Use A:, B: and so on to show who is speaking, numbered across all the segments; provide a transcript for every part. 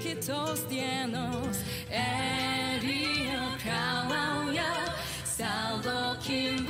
A: gritos llenos, el río Crauya, salvo quien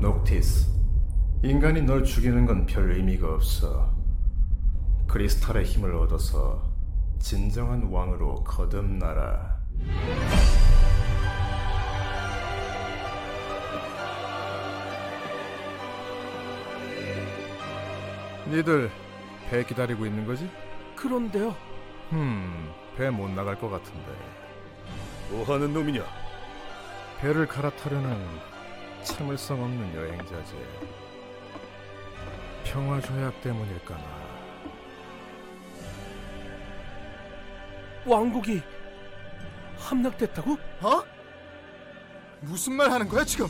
B: 녹티스, 인간이 널 죽이는 건 별 의미가 없어. 크리스탈의 힘을 얻어서 진정한 왕으로 거듭나라. 니들 배 기다리고 있는 거지?
C: 그런데요.
B: 흠, 배 못 나갈 것 같은데.
D: 뭐 하는 놈이냐?
B: 배를 갈아타려는 참을성 없는 여행자지. 평화 조약 때문일까나.
C: 왕국이 함락됐다고?
E: 어? 무슨 말 하는 거야 지금?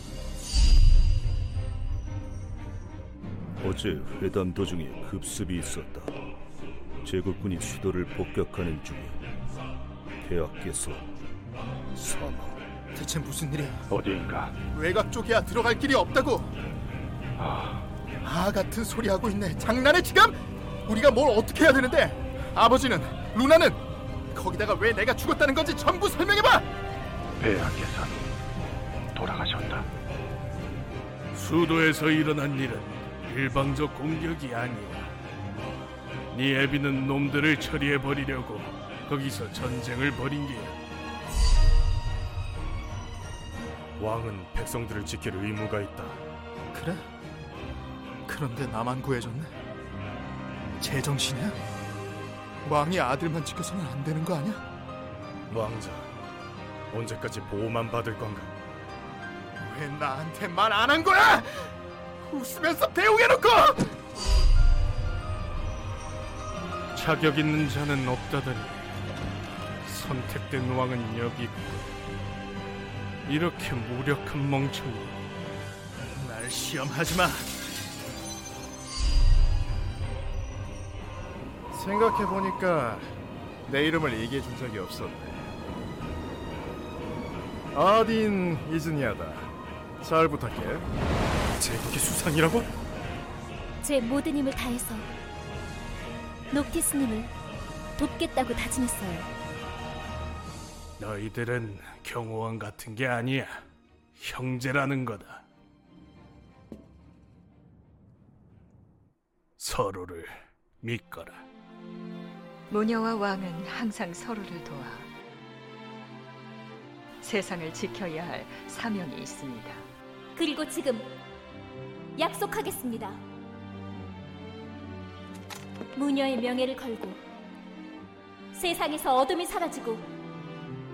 D: 어제 회담 도중에 급습이 있었다. 제국군이 수도를 폭격하는 중에 폐하께서 사망.
E: 대체 무슨 일이야?
F: 어디인가
E: 외곽 쪽이야 들어갈 길이 없다고. 아 같은 소리 하고 있네. 장난해 지금? 우리가 뭘 어떻게 해야 되는데? 아버지는 루나는 거기다가 왜 내가 죽었다는 건지 전부 설명해봐.
F: 폐하께서 돌아가셨다.
G: 수도에서 일어난 일은 일방적 공격이 아니야. 네 애비는 놈들을 처리해 버리려고 거기서 전쟁을 벌인 게야.
H: 왕은 백성들을 지킬 의무가 있다.
E: 그래? 그런데 나만 구해줬네. 제정신이야? 왕이 아들만 지켜서는 안 되는 거 아니야?
H: 왕자, 언제까지 보호만 받을 건가?
E: 왜 나한테 말 안 한 거야? 웃으면서 대우해놓고!
G: 자격 있는 자는 없다더니 선택된 왕은 여기 있고 이렇게 무력한 멍청이
E: 날 시험하지 마.
B: 생각해보니까 내 이름을 얘기해준 적이 없었네. 아딘 이즈니아다. 잘 부탁해.
H: 제국의 수상이라고?
I: 제 모든 힘을 다해서 녹티스님을
J: 돕겠다고 다짐했어요.
C: 너희들은 경호원 같은 게 아니야. 형제라는 거다. 서로를 믿거라.
K: 모녀와 왕은 항상 서로를 도와 세상을 지켜야 할 사명이 있습니다.
J: 그리고 지금 약속하겠습니다. 무녀의 명예를 걸고 세상에서 어둠이 사라지고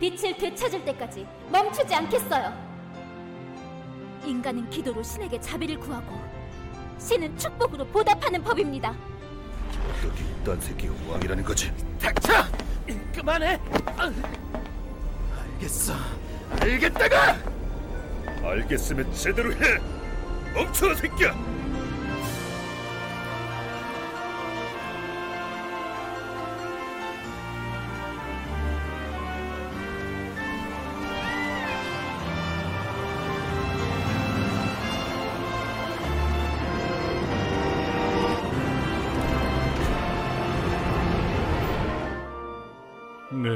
J: 빛을 되찾을 때까지 멈추지 않겠어요. 인간은 기도로 신에게 자비를 구하고 신은 축복으로 보답하는 법입니다.
L: 여기 이딴 새끼가 왕이라는 거지.
M: 닥쳐!
N: 그만해!
M: 알겠어. 알겠다고!
L: 알겠으면 제대로 해. 멈춰 새끼야.
C: 네,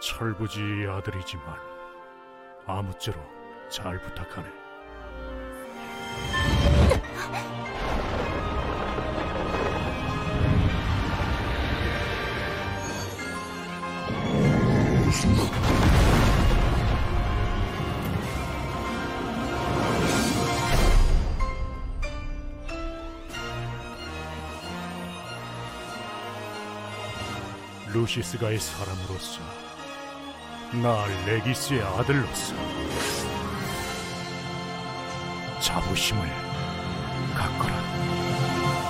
C: 철부지 아들이지만 아무쪼록 잘 부탁하네. 루시스가의 사람으로서 나 레기스의 아들로서 자부심을 갖거라.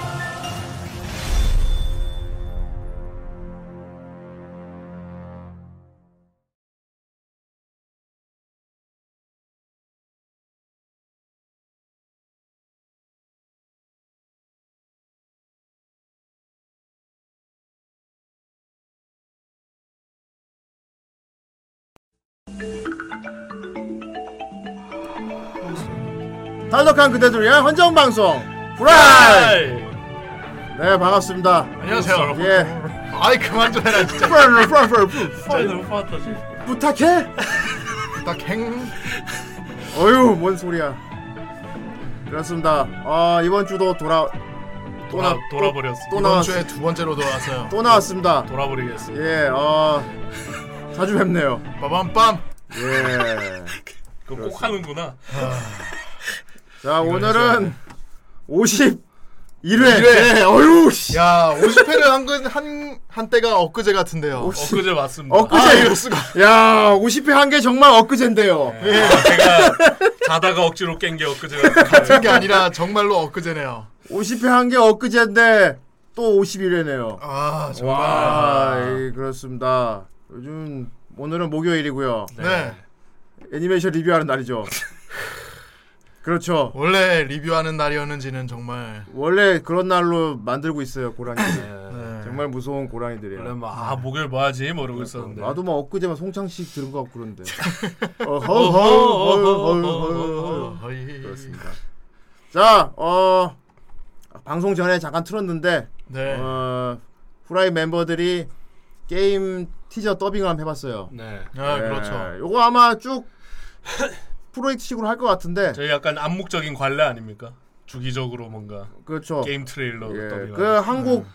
H: 탈덕한 그대들 위한 헌정 방송 프라이. 네 반갑습니다.
M: 안녕하세요, 여러분.
H: 예.
M: 아이 그만 좀 해라 진짜.
H: 프라이 프라이 프라이 프라이. 부탁해.
M: 나 갱.
H: 어휴 뭔 소리야. 그렇습니다. 아 이번 주도 돌아 또 나- 또-
E: 돌아버렸어.
H: 또
M: 이번
H: 나왔
M: 주에 두 번째로 돌아왔어요.
H: 또 나왔습니다.
E: 돌아버리겠어.
H: 예. 어 자주 뵙네요.
M: 빠밤빰.
H: 예.
E: 그거 꼭 하는구나.
H: 자 오늘은 51회.
M: 회.
H: 예, 어휴 씨.
M: 야 50회를 한건한 한때가 엊그제 같은데요.
E: 엊그제 맞습니다.
M: 아,
H: 엊그제
M: 이럴 수가. 네.
H: 야 50회 한 게 정말 엊그젠데요.
E: 제가 자다가 억지로 깬 게
C: 네.
E: 엊그제 같은데.
M: 그런 게 아니라 정말로 엊그제네요.
H: 50회 한 게 엊그제인데 또 51회네요.
M: 아 정말.
H: 와, 예, 그렇습니다. 요즘 오늘은 목요일이고요.
M: 네.
H: 애니메이션 리뷰하는 날이죠. 그렇죠.
M: 원래 리뷰하는 날이었는지는 정말
H: 원래 그런 날로 만들고 있어요 고랑이들.
M: 네.
H: 정말 무서운 고랑이들이에요.
E: 네. 그럼 아 목요일 뭐 하지 모르고 있었는데.
H: 나도 막 엊그제만 송창식 들은 것 같고 그런데. 어허,
E: 어허,
H: 어허,
E: 어허,
H: 어허,
E: 어허,
H: 어허, 어허.
M: 거의
H: 그렇습니다. 자, 어 방송 전에 잠깐 틀었는데
M: 네.
H: 어, 후라이 멤버들이 게임 티저 더빙을 한번 해봤어요.
E: 네.
M: 아
H: 예,
M: 그렇죠.
H: 요거 아마 쭉 프로젝트식으로 할 것 같은데
E: 저희 약간 암묵적인 관례 아닙니까? 주기적으로 뭔가
H: 그렇죠.
E: 게임 트레일러
H: 예,
E: 더빙.
H: 그 한국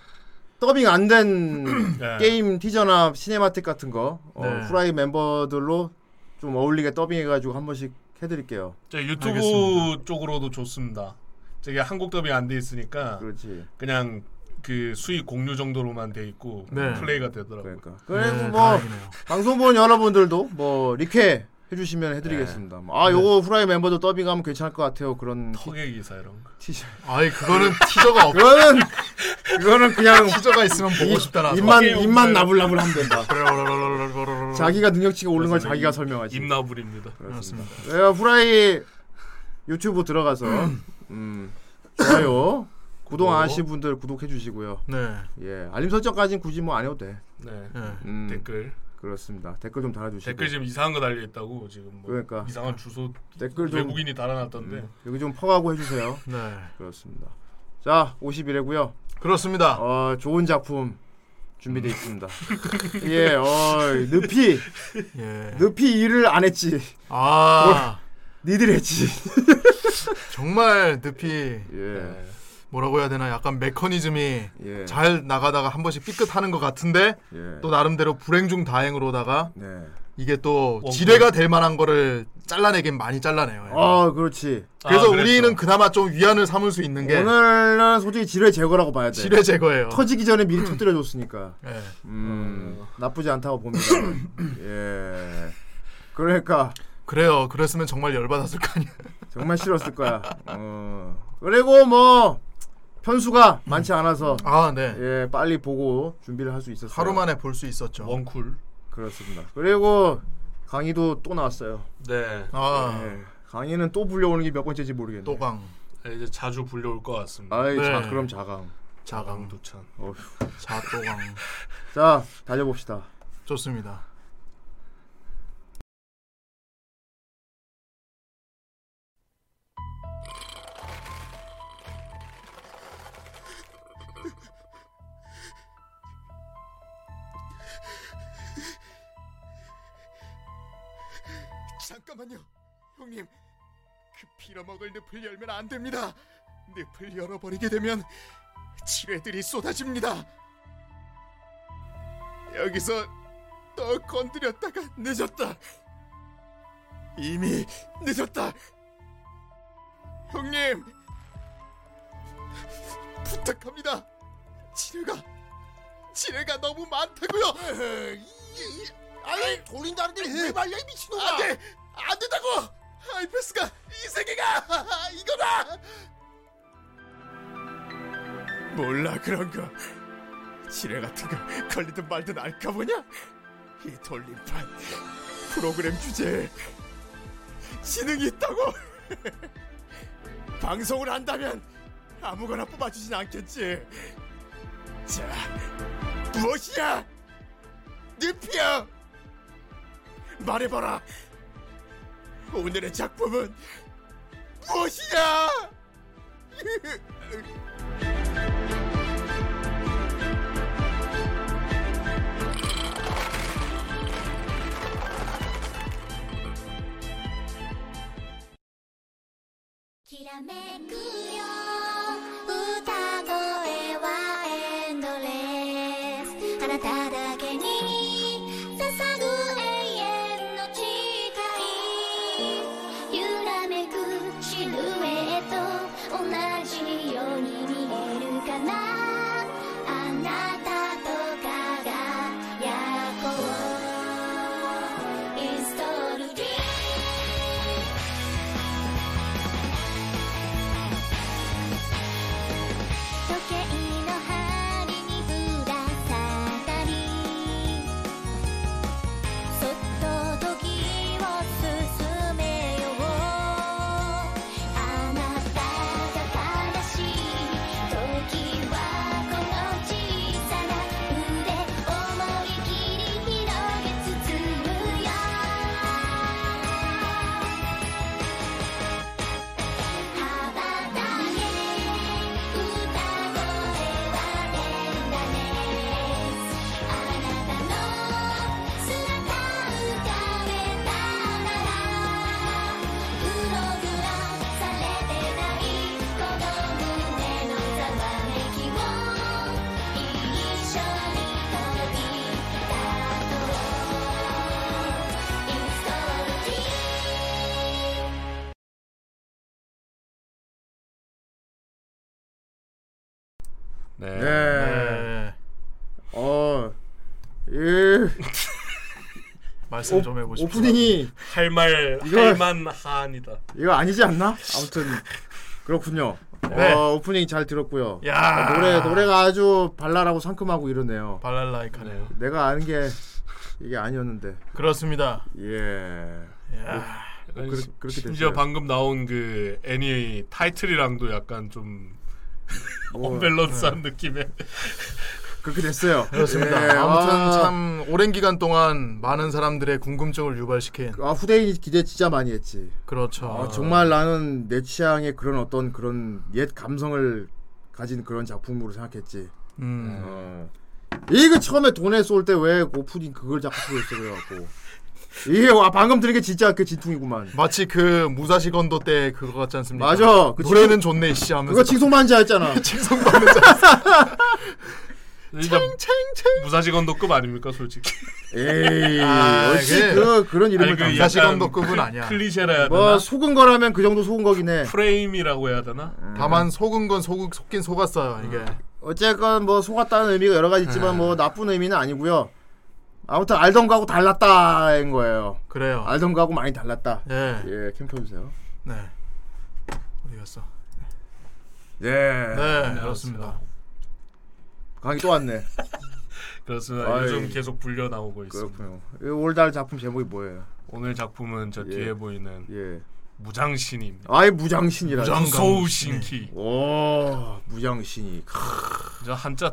H: 더빙 안 된
E: 네.
H: 게임 티저나 시네마틱 같은 거 어,
M: 네.
H: 후라이 멤버들로 좀 어울리게 더빙해가지고 한 번씩 해드릴게요.
E: 저 유튜브
M: 알겠습니다.
E: 쪽으로도 좋습니다. 저게 한국 더빙 안 돼 있으니까
H: 그렇지.
E: 그냥 그 수익 공유 정도로만 돼 있고
M: 네.
E: 플레이가 되더라고요.
H: 그러니까. 그리고 뭐 방송 보는 여러분들도 뭐 리퀘 해주시면 해드리겠습니다. 아 요거 후라이 멤버들 더빙하면 괜찮을 것 같아요. 그런
E: 허게 기사 이런 거.
H: 티저.
M: 아이 그거는 티저가 없.
H: 그거는 그거는 그냥
M: 티저가 있으면 보고 싶다나.
H: 입만 입만 나불나불 하면 된다.
M: 라라라라라라라라라라라라라라라라라라라라라라라라라라라라라라라.
H: 자기가 능력치가 오른 걸 자기가 설명하지.
E: 입나불입니다. 음.
H: 내가 후라이 유튜브 들어가서 음, 좋아요. 구독 안
M: 어?
H: 하신 분들 구독해 주시고요.
M: 네.
H: 예, 알림 설정까지는 굳이 뭐 안 해도 돼.
E: 네.
M: 네.
H: 음,
E: 댓글.
H: 그렇습니다. 댓글 좀 달아주시고.
E: 댓글 지금 이상한 거 달려 있다고 지금 뭐
H: 그러니까.
E: 이상한 주소
H: 댓글 좀 음.
E: 외국인이 달아놨던데.
H: 여기 좀 퍼가고 해주세요.
M: 네.
H: 그렇습니다. 자, 51회고요.
M: 그렇습니다.
H: 어, 좋은 어, 작품, 준비되어 있습니다. 예, 어이, 늪이
E: 예.
H: 늪이 일을 안 했지.
E: 아.
H: 뭘, 니들 했지. 예,
E: 정말 늪이 네. 뭐라고 해야 되나 약간 메커니즘이
H: 네.
E: 잘 나가다가 한 번씩 삐끗하는 것 같은데
H: 예.
E: 또 나름대로 불행 중 다행으로다가
H: 네.
E: 이게 또 지뢰가 될 만한 거를 잘라내긴 많이 잘라내요.
H: 아, 그렇지.
E: 그래서 우리는 그나마 좀 위안을 삼을 수 있는 게 네.
H: 오늘은 솔직히 지뢰 제거라고 봐야 돼.
E: 예. 지뢰 제거예요.
H: 터지기 전에 미리 터뜨려줬으니까.
E: 예. 어.
H: 음, 나쁘지 않다고 봅니다. 예. 그러니까
E: 그래요. 그랬으면 정말 열받았을 거 아니야.
H: 정말 싫었을 거야. 어. 그리고 뭐 편수가 많지 않아서
E: 아, 네.
H: 예, 빨리 보고 준비를 할 수 있었어요.
E: 하루 만에 볼 수 있었죠.
C: 원쿨.
H: 그렇습니다. 그리고 강의도 또 나왔어요.
C: 네.
E: 아.
H: 예. 강의는 또 불려오는 게 몇 번째인지 모르겠네. 또
E: 강.
C: 이제 자주 불려올 것 같습니다.
H: 아이,
E: 네.
H: 자, 그럼 자강.
E: 자강
C: 도찬.
H: 어휴.
E: 자또강.
H: 자, 달려봅시다.
E: 좋습니다.
O: 잠깐만요, 형님. 그 빌어먹을 늪을 열면 안 됩니다. 늪을 열어버리게 되면 지뢰들이 쏟아집니다. 여기서 또 건드렸다가 늦었다. 이미 늦었다. 형님, 부탁합니다. 지뢰가 지뢰가 너무 많다고요. 아니 돌린다는데 왜 말려 이 미친놈아? 안돼 안 된다고. 하이패스가 이 세계가 이거다. 몰라 그런 거. 지뢰 같은 거 걸리든 말든 알까 보냐? 이 돌림판 프로그램 주제에 지능이 있다고 방송을 한다면 아무거나 뽑아주진 않겠지 자 무엇이야 늪이야 말해봐라 오늘의 작품은 무엇이야
P: 「時計の針にぶら下がり」「そっと時を進めよう」「あなたが悲しい時はこの小さな腕思い切り広げ包むよ」「羽ばたけ」歌声はエンダレスあなたの姿浮かべたならうろぐろされてないこの胸のざわめきを一緒に飛び立とうインストール D
H: 네. 어. 예.
E: 말씀 좀 해보십시오.
H: 오프닝이
C: 할말
H: 이거-
C: 할만 한이다.
H: 이거 아니지 않나? 아무튼 그렇군요.
C: 네.
H: 어, 오프닝 잘 들었고요.
E: 야.
H: 어, 노래 노래가 아주 발랄하고 상큼하고 이러네요.
E: 발랄라이카네요.
H: 내가 아는 게 이게 아니었는데.
E: 그렇습니다.
H: 예. 뭐, 그렇- 그렇게
C: 심지어
H: 됐어요.
C: 방금 나온 그 애니 타이틀이랑도 약간 좀
E: 어,
H: 뭐,
C: 언밸런스한 느낌의
H: 그렇게 됐어요.
E: 네. 그렇습니다.
H: 예,
E: 아무튼
H: 아.
E: 참 오랜 기간 동안 많은 사람들의 궁금증을 유발시킨
H: 아 후대인이 기대 진짜 많이 했지.
E: 그렇죠.
H: 아, 정말 나는 내 취향의 그런 어떤 그런 옛 감성을 가진 그런 작품으로 생각했지.
E: 음.
H: 어, 이거 처음에 돈에 쏠 때 왜 고프린 그걸 자꾸 쓰고 있어 그래갖고 이게 와 방금 들은 게 진짜 그 진퉁이구만.
E: 마치 그 무사시 건도 때 그거 같지 않습니까?
H: 맞아. 그
E: 노래는
H: 칭송-
E: 좋네 이씨 하면서
H: 그거 칭송만 자 했잖아.
E: 칭송만
C: 챙챙챙 무사시 건도급 아닙니까 솔직히
H: 에이, 역시 그 그런 이름을
C: 아니, 그
H: 감싸-
C: 약간 클- 클리셰라 해야 되나
H: 뭐 속은 거라면 그 정도 속은 거긴 해.
C: 프레임이라고 해야 되나
E: 다만 속은 건 속, 속긴 속았어요 이게
C: 음.
H: 어쨌건 뭐 속았다는 의미가 여러 가지 있지만 뭐 나쁜 의미는 아니고요. 아무튼 알던 거하고 달랐다인 거예요.
E: 그래요.
C: 아,
H: 알던 거하고 많이 달랐다.
E: 예.
H: 예, 캠 켜주세요.
E: 네 어디 갔어
H: 예.
E: 네 그렇습니다
H: 강이 또 왔네.
C: 그렇습니다
H: 아이.
C: 요즘 계속 불려 나오고 있습니다
H: 그렇군요. 이 올달 작품 제목이 뭐예요?
C: 오늘 작품은
H: 예.
C: 저 뒤에 보이는 무장신입니다
H: 아예 무장신이라.
C: 무소우신키
E: 네.
H: 오, 무장신이. 크.
C: 저 한자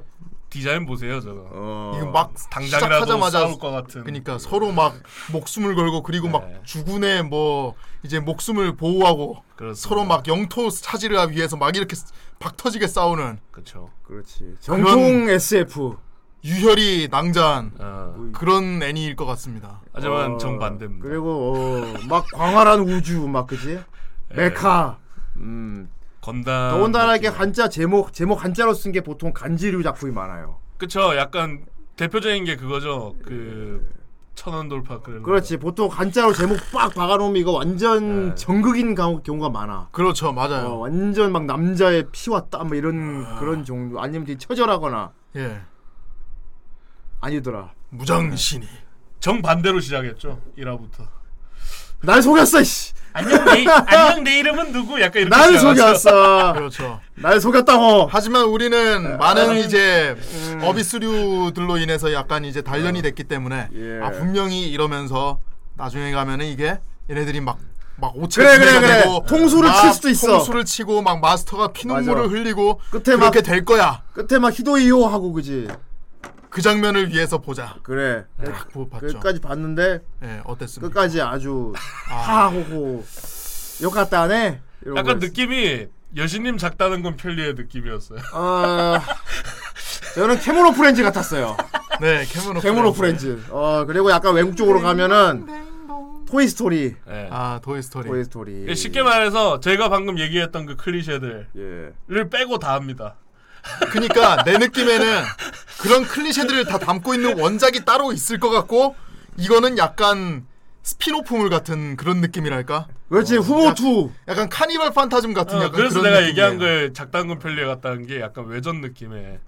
C: 디자인 보세요 저거
H: 어,
E: 이거 막
C: 당장이라도
E: 시작하자마자
C: 어, 싸울 것 같은 네.
E: 그러니까 서로 막 목숨을 걸고 그리고 막 주군의 뭐 이제 목숨을 보호하고
C: 그렇습니다.
E: 서로 막 영토 차지를 위해서 막 이렇게 박터지게 싸우는
C: 그렇죠
H: 그렇지 전통 SF
E: 유혈이 낭자한
C: 어.
E: 그런 애니일 것 같습니다.
H: 어, 그리고 어, 막 광활한 우주 막 그지? 메카. 음.
C: 건담
H: 더군다나
C: 그렇죠.
H: 이게 한자 제목 제목 한자로 쓴 게 보통 간지류 작품이 많아요.
C: 그쵸 약간 대표적인 게 그거죠 그 천원 돌파 그런
H: 그렇지 보통 한자로 제목 빡 박아놓으면 이거 완전
C: 네.
H: 정극인 가- 경우가 많아. 어,
E: 그렇죠 맞아요.
H: 완전 막 남자의 피와 땀 뭐 이런 그런 종류 아니면 되게 처절하거나
E: 예.
H: 아니더라.
E: 무장신이
C: 네. 정반대로 시작했죠 1화부터
H: 날 속였어 씨.
C: 안녕 내, 안녕 내 이름은 누구 약간 이렇게
H: 날
C: 시작하죠.
H: 속였어.
E: 그렇죠.
H: 날 속였다고.
E: 하지만
H: 네,
E: 우리는 많은
H: 아,
C: 음.
E: 이제 어비스류들로 인해서 약간 이제 단련이
H: 네.
E: 됐기 때문에
H: 예.
E: 아 분명히 이러면서 나중에 가면은 이게 얘네들이 막 막 오체
H: 그래, 그래,
E: 분해가
H: 그래.
E: 되고
H: 통수를
E: 막
H: 칠 수도 있어.
E: 통수를 치고 막 마스터가 피눈물을
H: 맞아.
E: 흘리고
H: 끝에 막-
E: 그렇게 될 거야.
H: 끝에 막 히도이오 하고 그지.
E: 그 장면을 위해서 보자.
H: 그래.
E: 딱
C: 그렇죠.
E: 보- 봤죠.
H: 네. 끝까지 봤는데
E: 예, 어땠습니까?
H: 끝까지 아주 하하호호 욕 같다 하네. 이러고
C: 약간
H: 있어.
C: 느낌이 여신님 작다는 건 편리의 느낌이었어요
H: 아, 저는 캐모노 프렌즈 같았어요.
E: 네, 캐모노
H: 캐모노 프렌즈. 어 그리고 약간 외국 쪽으로 가면은 토이 스토리.
E: 아 토이 스토리.
H: 토이 스토리.
C: 예, 쉽게 말해서 제가 방금 얘기했던 그
H: 예.
C: 클리셰들을 빼고 다 합니다
E: 그러니까 내 느낌에는 그런 클리셰들을 다 담고 있는 원작이 따로 있을 것 같고 이거는 약간 스피노프물 같은 그런 느낌이랄까?
H: 그렇지 후보 투
E: 약간 카니발 판타즘 같은
C: 어,
E: 약간
C: 그래서
E: 그러니까 그런
C: 내가
E: 느낌이에요.
C: 얘기한 걸 작다는 건 편리의 같다는 게 약간 외전 느낌의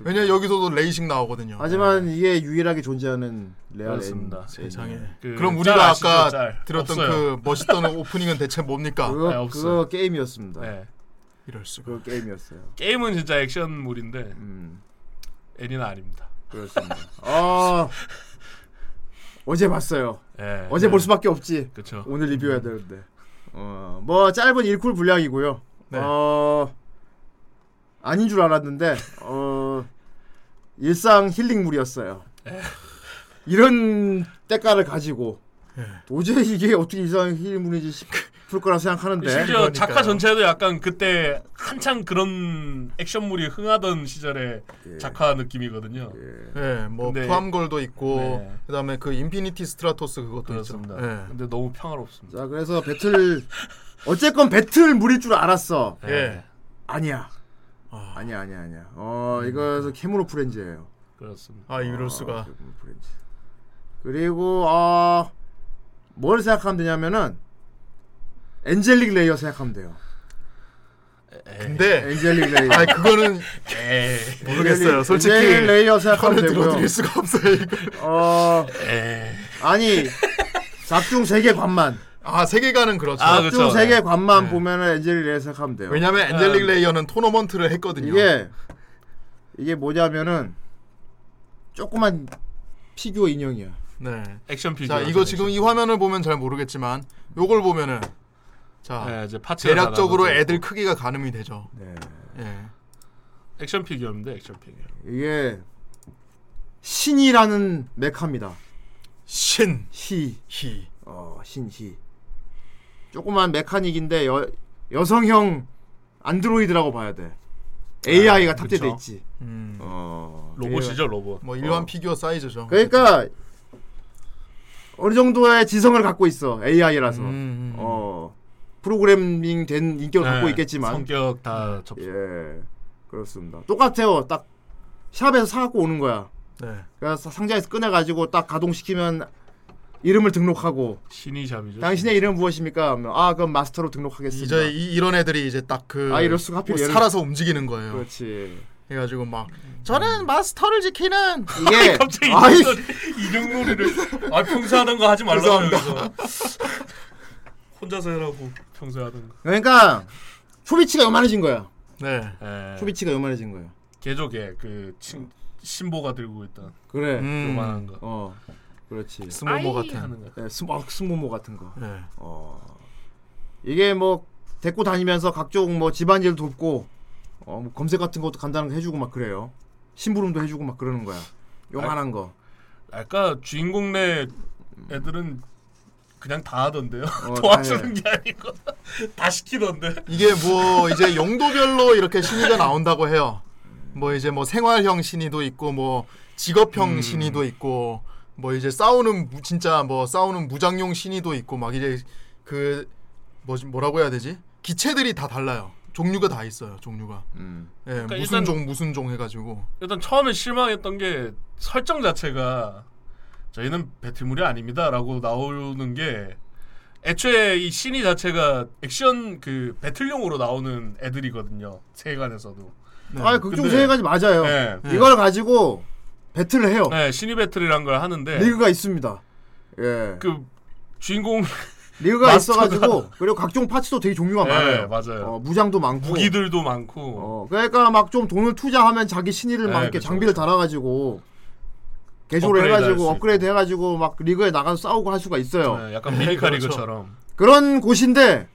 E: 왜냐 여기서도 레이싱 나오거든요.
H: 하지만 이게 유일하게 존재하는 레알
C: 그렇습니다.
H: 애니.
E: 세상에.
C: 그
E: 그럼
C: 짤
E: 우리가
C: 아시죠,
E: 아까
C: 짤?
E: 들었던
C: 없어요.
E: 그 멋있던 오프닝은 대체 뭡니까?
H: 그거, 그거 게임이었습니다.
C: 네.
E: 이럴 수가.
H: 그거 게임이었어요. 음,
C: 게임은 진짜 액션물인데 애니는 아닙니다
H: 그렇습니다 아 어제 봤어요.
C: 예,
H: 어제
C: 예.
H: 볼 수밖에 없지.
C: 그쵸.
H: 오늘 리뷰해야 되는데. 어, 뭐 짧은 일쿨 분량이고요.
C: 네.
H: 어 아닌 줄 알았는데 어 일상 힐링물이었어요. 이런 때깔을 가지고
C: 예.
H: 도저히 이게 어떻게 일상 힐링물인지 싶을 거라
E: 네.
H: 생각하는데.
C: 심지어 작가 전체도 약간 그때 한창 그런 액션물이 흥하던 시절의 작가 느낌이거든요.
E: 예, 뭐
C: 근데-
E: 푸암골도 있고
C: 네.
E: 그다음에 그 인피니티 스트라토스 그것도 있죠. 예.
C: 근데 너무 평화롭습니다.
H: 자 그래서 배틀 어쨌건 배틀물일 줄 알았어.
C: 예.
H: 아니야. 아니야 아니야 아니야. 어
C: 음.
H: 이거 캐모노 프렌즈예요.
C: 그렇습니다.
E: 아 이럴 수가.
H: 그리고 아, 뭘 생각하면 되냐면은 엔젤릭 레이어 생각하면 돼요.
C: 네.
E: 근데
H: 엔젤릭 레이어.
E: 아 그거는 모르겠어요.
H: 엔젤릭-
E: 솔직히
H: 엔젤릭 레이어 생각하면
E: 편을
H: 되고요.
E: 들어드릴 수가 없어요. 이거.
H: 어 아니 작중 세계관만.
E: 아 세계관은 그렇죠. 네.
H: 작중 세계관만 보면은 엔젤릭 레이어 생각하면 돼요.
E: 왜냐면 엔젤릭 레이어는 토너먼트를 했거든요.
H: 이게 이게 뭐냐면은 조그만 피규어 인형이야.
E: 네.
C: 액션 피규어.
E: 자 이거 지금 이 화면을 보면 잘 모르겠지만 요걸 보면은 자
C: 네, 이제 파츠가 다
E: 대략적으로
C: 나눠져
E: 애들 크기가 가늠이 되죠.
H: 네.
E: 예.
C: 액션 피규어인데 액션 피규어.
H: 이게 신이라는 메카입니다.
E: 신.
H: 희.
E: 희.
H: 어, 신, 희. 조그만 메카닉인데 여, 여성형 안드로이드라고 봐야 돼. AI가 탑재돼
E: 그쵸.
H: 있지.
E: 음.
H: 어,
C: 로봇이죠 로봇.
E: 뭐 일반 피규어 사이즈죠.
H: 그러니까 어느 정도의 지성을 갖고 있어 AI라서
E: 음,
H: 어 프로그래밍 된 인격을 갖고
C: 네,
H: 있겠지만
C: 성격 다 접.
H: 예 그렇습니다. 똑같아요. 딱 샵에서 사갖고 오는 거야.
C: 네.
H: 그래서 상자에서 꺼내가지고 딱 가동시키면 이름을 등록하고
C: 신이 잠이죠.
H: 음. 당신의 이름 은 무엇입니까? 하면 아 그럼 마스터로 등록하겠습니다.
E: 이제 이, 이런 애들이 이제 딱그 뭐
H: 아, 이럴 수가 하필 얘를-
E: 살아서 움직이는 거예요.
H: 그렇죠. 그렇지.
E: 해가지고 막 저는 마스터를 지키는
H: 이게
C: 갑자기
E: 네. 아이,
C: 인형놀이를 아 평소 하던 거 하지 말라고
E: 죄송합니다.
C: 여기서 혼자서 해라고 평소 에 하던 거.
H: 그러니까 초비치가 요만해진 거야.
E: 네.
H: 초비치가 요만해진 거야.
C: 개조개 그 친, 신보가 들고 있던
H: 네, 그래.
C: 음.
E: 음,
C: 요만한 거.
H: 어. 그렇지.
C: 스모모 아이 같은. 하는 거.
H: 예, 스모, 아, 스모모 같은 거.
E: 네.
H: 어. 이게 뭐 데리고 다니면서 각종 뭐 집안일 돕고 어, 뭐 검색 같은 것도 간단하게 해주고 막 그래요. 심부름도 해주고 막 그러는 거야.
C: 아,
H: 요만한 거.
C: 아까 주인공 네 애들은 그냥 다 하던데요.
H: 어,
C: 도와주는
E: 다
C: 게 아니고 다 시키던데.
E: 이게 뭐 이제 용도별로 이렇게 신의가 나온다고 해요. 뭐 이제 뭐 생활형 신의도 있고 뭐 직업형
H: 음.
E: 신의도 있고 뭐 이제 싸우는 무- 진짜 뭐 싸우는 무장용 신의도 있고 막 이제 그 뭐지 뭐라고 해야 되지? 기체들이 다 달라요. 종류가 다 있어요. 종류가.
H: 음.
E: 예,
C: 그러니까
E: 무슨
C: 일단-
E: 종 무슨 종 해가지고.
C: 일단 처음에 실망했던 게 설정 자체가 저희는 배틀물이 아닙니다라고 나오는 게 애초에 이 신이 자체가 액션 그 배틀용으로 나오는 애들이거든요 세계관에서도.
H: 아, 극중
C: 네. 근데-
H: 세계까지 맞아요.
C: 네.
H: 이걸 가지고 배틀을 해요.
C: 네 신이 배틀이란 걸 하는데
H: 리그가 있습니다. 예.
C: 네. 그 주인공
H: 리그가
C: 마스터가-
H: 있어가지고 그리고 각종 파츠도 되게 종류가
C: 네,
H: 많아요.
C: 맞아요.
H: 어, 무장도 많고
C: 무기들도 많고.
H: 그러니까 막 좀 돈을 투자하면 자기 신의를 막
C: 네,
H: 이렇게
C: 그쵸,
H: 장비를 달아가지고 개조를
C: 업그레이드 할수
H: 해가지고
C: 있고.
H: 업그레이드 해가지고 막 리그에 나가서 싸우고 할 수가 있어요.
C: 네, 약간 미니카 리그처럼.
H: 그런 곳인데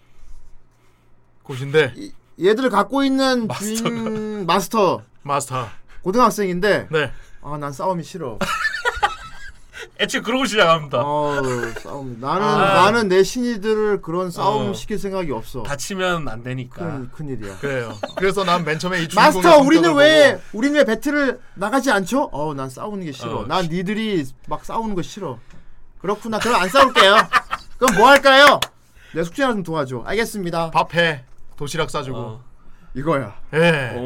E: 곳인데
H: 얘들 갖고 있는 주인 마스터
E: 마스터
H: 고등학생인데
E: 네.
H: 아 난 싸움이 싫어.
C: 애초에 그러고 시작합니다.
H: 어, 싸움. 나는
C: 아.
H: 나는 내 신이들을 그런 싸움
C: 어.
H: 시킬 생각이 없어.
C: 다치면 안 되니까.
H: 큰 일이야.
E: 그래요. 그래서 난 맨 처음에 이 주인공의
H: 마스터 우리는
E: 성격을
H: 왜 우리는 왜 배틀을 나가지 않죠? 어우 난 싸우는 게 싫어.
E: 어,
H: 난 니들이 막 싸우는 거 싫어. 그렇구나. 그럼 안 싸울게요. 그럼 뭐 할까요? 내 숙제나 좀 도와줘. 알겠습니다.
E: 밥해. 도시락 싸주고.
C: 어.
H: 이거야.
E: 예.
C: 네,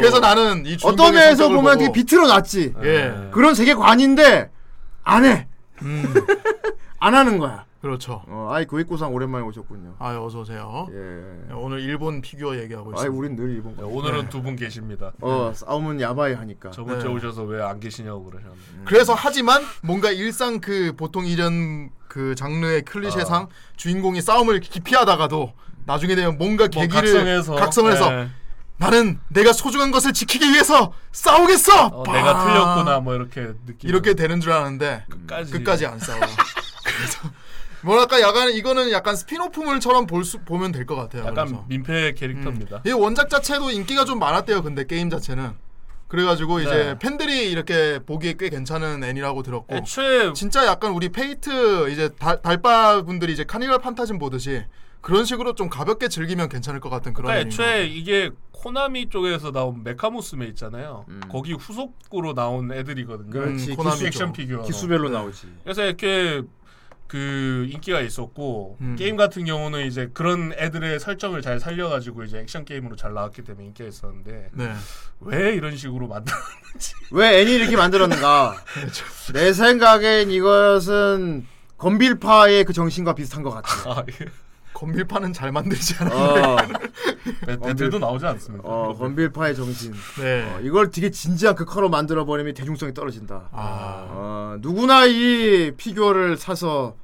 E: 그래서 나는 이 주인공의
H: 어. 어떤 면에서
E: 성격을
H: 보면
E: 보고-
H: 되게 비틀어 놨지.
C: 네.
E: 예.
H: 그런 세계관인데 안 해. 음. 안 하는 거야.
E: 그렇죠.
H: 어, 아이 고액고상 오랜만에 오셨군요.
E: 아 어서 오세요.
H: 예.
E: 오늘 일본 피규어 얘기하고
H: 아이
E: 있습니다.
H: 우린 늘 일본.
C: 네, 오늘은 두 분 계십니다.
H: 어 싸움은 야바이 하니까.
C: 저번 주에 오셔서 왜 안 계시냐고 그러셨는데.
E: 그래서 하지만 뭔가 일상 그 보통 이런 그 장르의 클리셰상
C: 아.
E: 주인공이 싸움을 기피하다가도 나중에 되면 뭔가 계기를
C: 뭐 각성해서.
E: 각성을 해서
C: 네.
E: 나는 내가 소중한 것을 지키기 위해서 싸우겠어.
C: 어,
E: 빠!
H: 아.
C: 내가 틀렸구나 뭐 이렇게 느끼.
E: 이렇게 되는 줄 아는데
C: 끝까지.
E: 끝까지 안 싸워. 그래서 뭐랄까 약간 이거는 약간 스피노프물처럼 볼 수, 보면 될 것 같아요.
C: 약간
E: 그래서.
C: 민폐 캐릭터입니다.
H: 음.
E: 이 원작 자체도 인기가 좀 많았대요. 근데 게임 자체는 그래가지고 이제
C: 네.
E: 팬들이 이렇게 보기에 꽤 괜찮은 애니라고
H: 어,
E: 들었고
C: 예, 애초에
E: 진짜 약간 우리 페이트 이제 달, 달바 분들이 이제 카니발 판타즘 보듯이 그런 식으로 좀 가볍게 즐기면 괜찮을 것 같은 그런
C: 그러니까
E: 애니인
C: 애초에 이게 코나미 쪽에서 나온 메카무스메 있잖아요. 거기 후속으로 나온 애들이거든요.
H: 음. 그렇지,
C: 음,
H: 코나미
C: 기수 액션
H: 쪽.
C: 피규어.
H: 기수별로 나오지.
C: 그래서 이렇게 그 인기가 있었고
H: 음.
C: 게임 같은 경우는 이제 그런 애들의 설정을 잘 살려가지고 이제 액션 게임으로 잘 나왔기 때문에 인기가 있었는데
E: 네.
C: 왜 이런 식으로 만들었는지
H: 왜 애니 이렇게 만들었는가? 내 생각엔 이것은 건빌파의 그 정신과 비슷한 것 같아.
C: 아,
E: 건빌파는 잘 만들지
H: 어.
C: 배틀도 네, 나오지 않습니까?
H: 어, 건빌파의 정신.
E: 네.
H: 어, 이걸 되게 진지한 극화로 만들어 버리면 대중성이 떨어진다.
C: 아.
H: 어, 누구나 이 피규어를 사서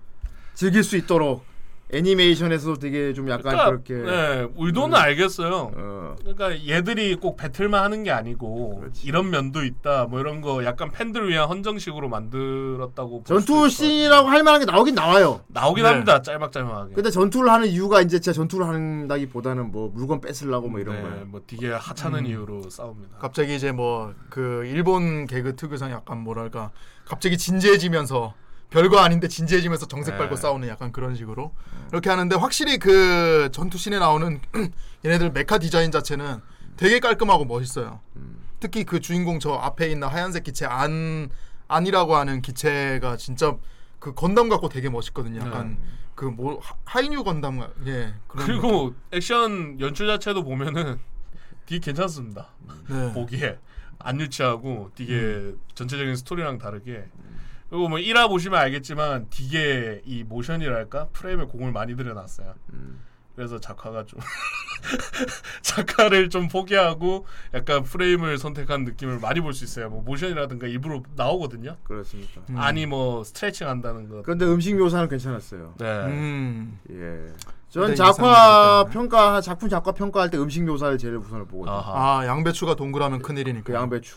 H: 즐길 수 있도록 애니메이션에서 되게 좀 약간
C: 그러니까,
H: 그렇게 음.
C: 네, 의도는 알겠어요. 그러니까 얘들이 꼭 배틀만 하는 게 아니고 이런 면도 있다. 뭐 이런 거 약간 팬들을 위한 헌정식으로 만들었다고 볼 수도
H: 전투 씬이라고 할 만한 게 나오긴 나와요.
C: 나오긴
H: 네.
C: 합니다. 짤막짤막하게.
H: 근데 전투를 하는 이유가 이제 진짜 전투를 한다기보다는 뭐 물건 뺏으려고 뭐 이런
C: 네,
H: 거예요. 그러니까
C: 뭐 되게
H: 음.
C: 하찮은 이유로 싸웁니다.
E: 갑자기 이제 뭐 그 일본 개그 특유상 약간 뭐랄까 갑자기 진지해지면서 별거 아닌데 진지해지면서 정색
C: 네.
E: 밟고 싸우는 약간 그런 식으로 이렇게 하는데 확실히 그 전투 씬에 나오는 얘네들 메카 디자인 자체는 되게 깔끔하고 멋있어요. 특히 그 주인공 저 앞에 있는 하얀색 기체 안 안이라고 하는 기체가 진짜 그 건담 같고 되게 멋있거든요. 약간 그 뭐 하이뉴 건담 같- 예 그런
C: 그리고 액션 연출 자체도 보면은 되게 괜찮습니다.
E: 네. 음.
C: 보기에 안 유치하고 되게 전체적인 스토리랑 다르게 그리고 뭐 1화 보시면 알겠지만 되게 이 모션이랄까 프레임에 공을 많이 들여놨어요.
E: 음.
C: 그래서 작화가 좀 작화를 좀 포기하고 약간 프레임을 선택한 느낌을 많이 볼 수 있어요. 뭐 모션이라든가 일부러 나오거든요.
H: 그렇습니까?
E: 음.
C: 아니 뭐 스트레칭 한다는 거.
H: 근데 음식 묘사는 괜찮았어요.
C: 네.
E: 음.
H: 예. 전
E: 근데
H: 작화 평가 작품 작화 평가할 때 음식 묘사를 제일 우선을 보거든요.
E: 아 양배추가 동그라면 큰일이니까 그
H: 양배추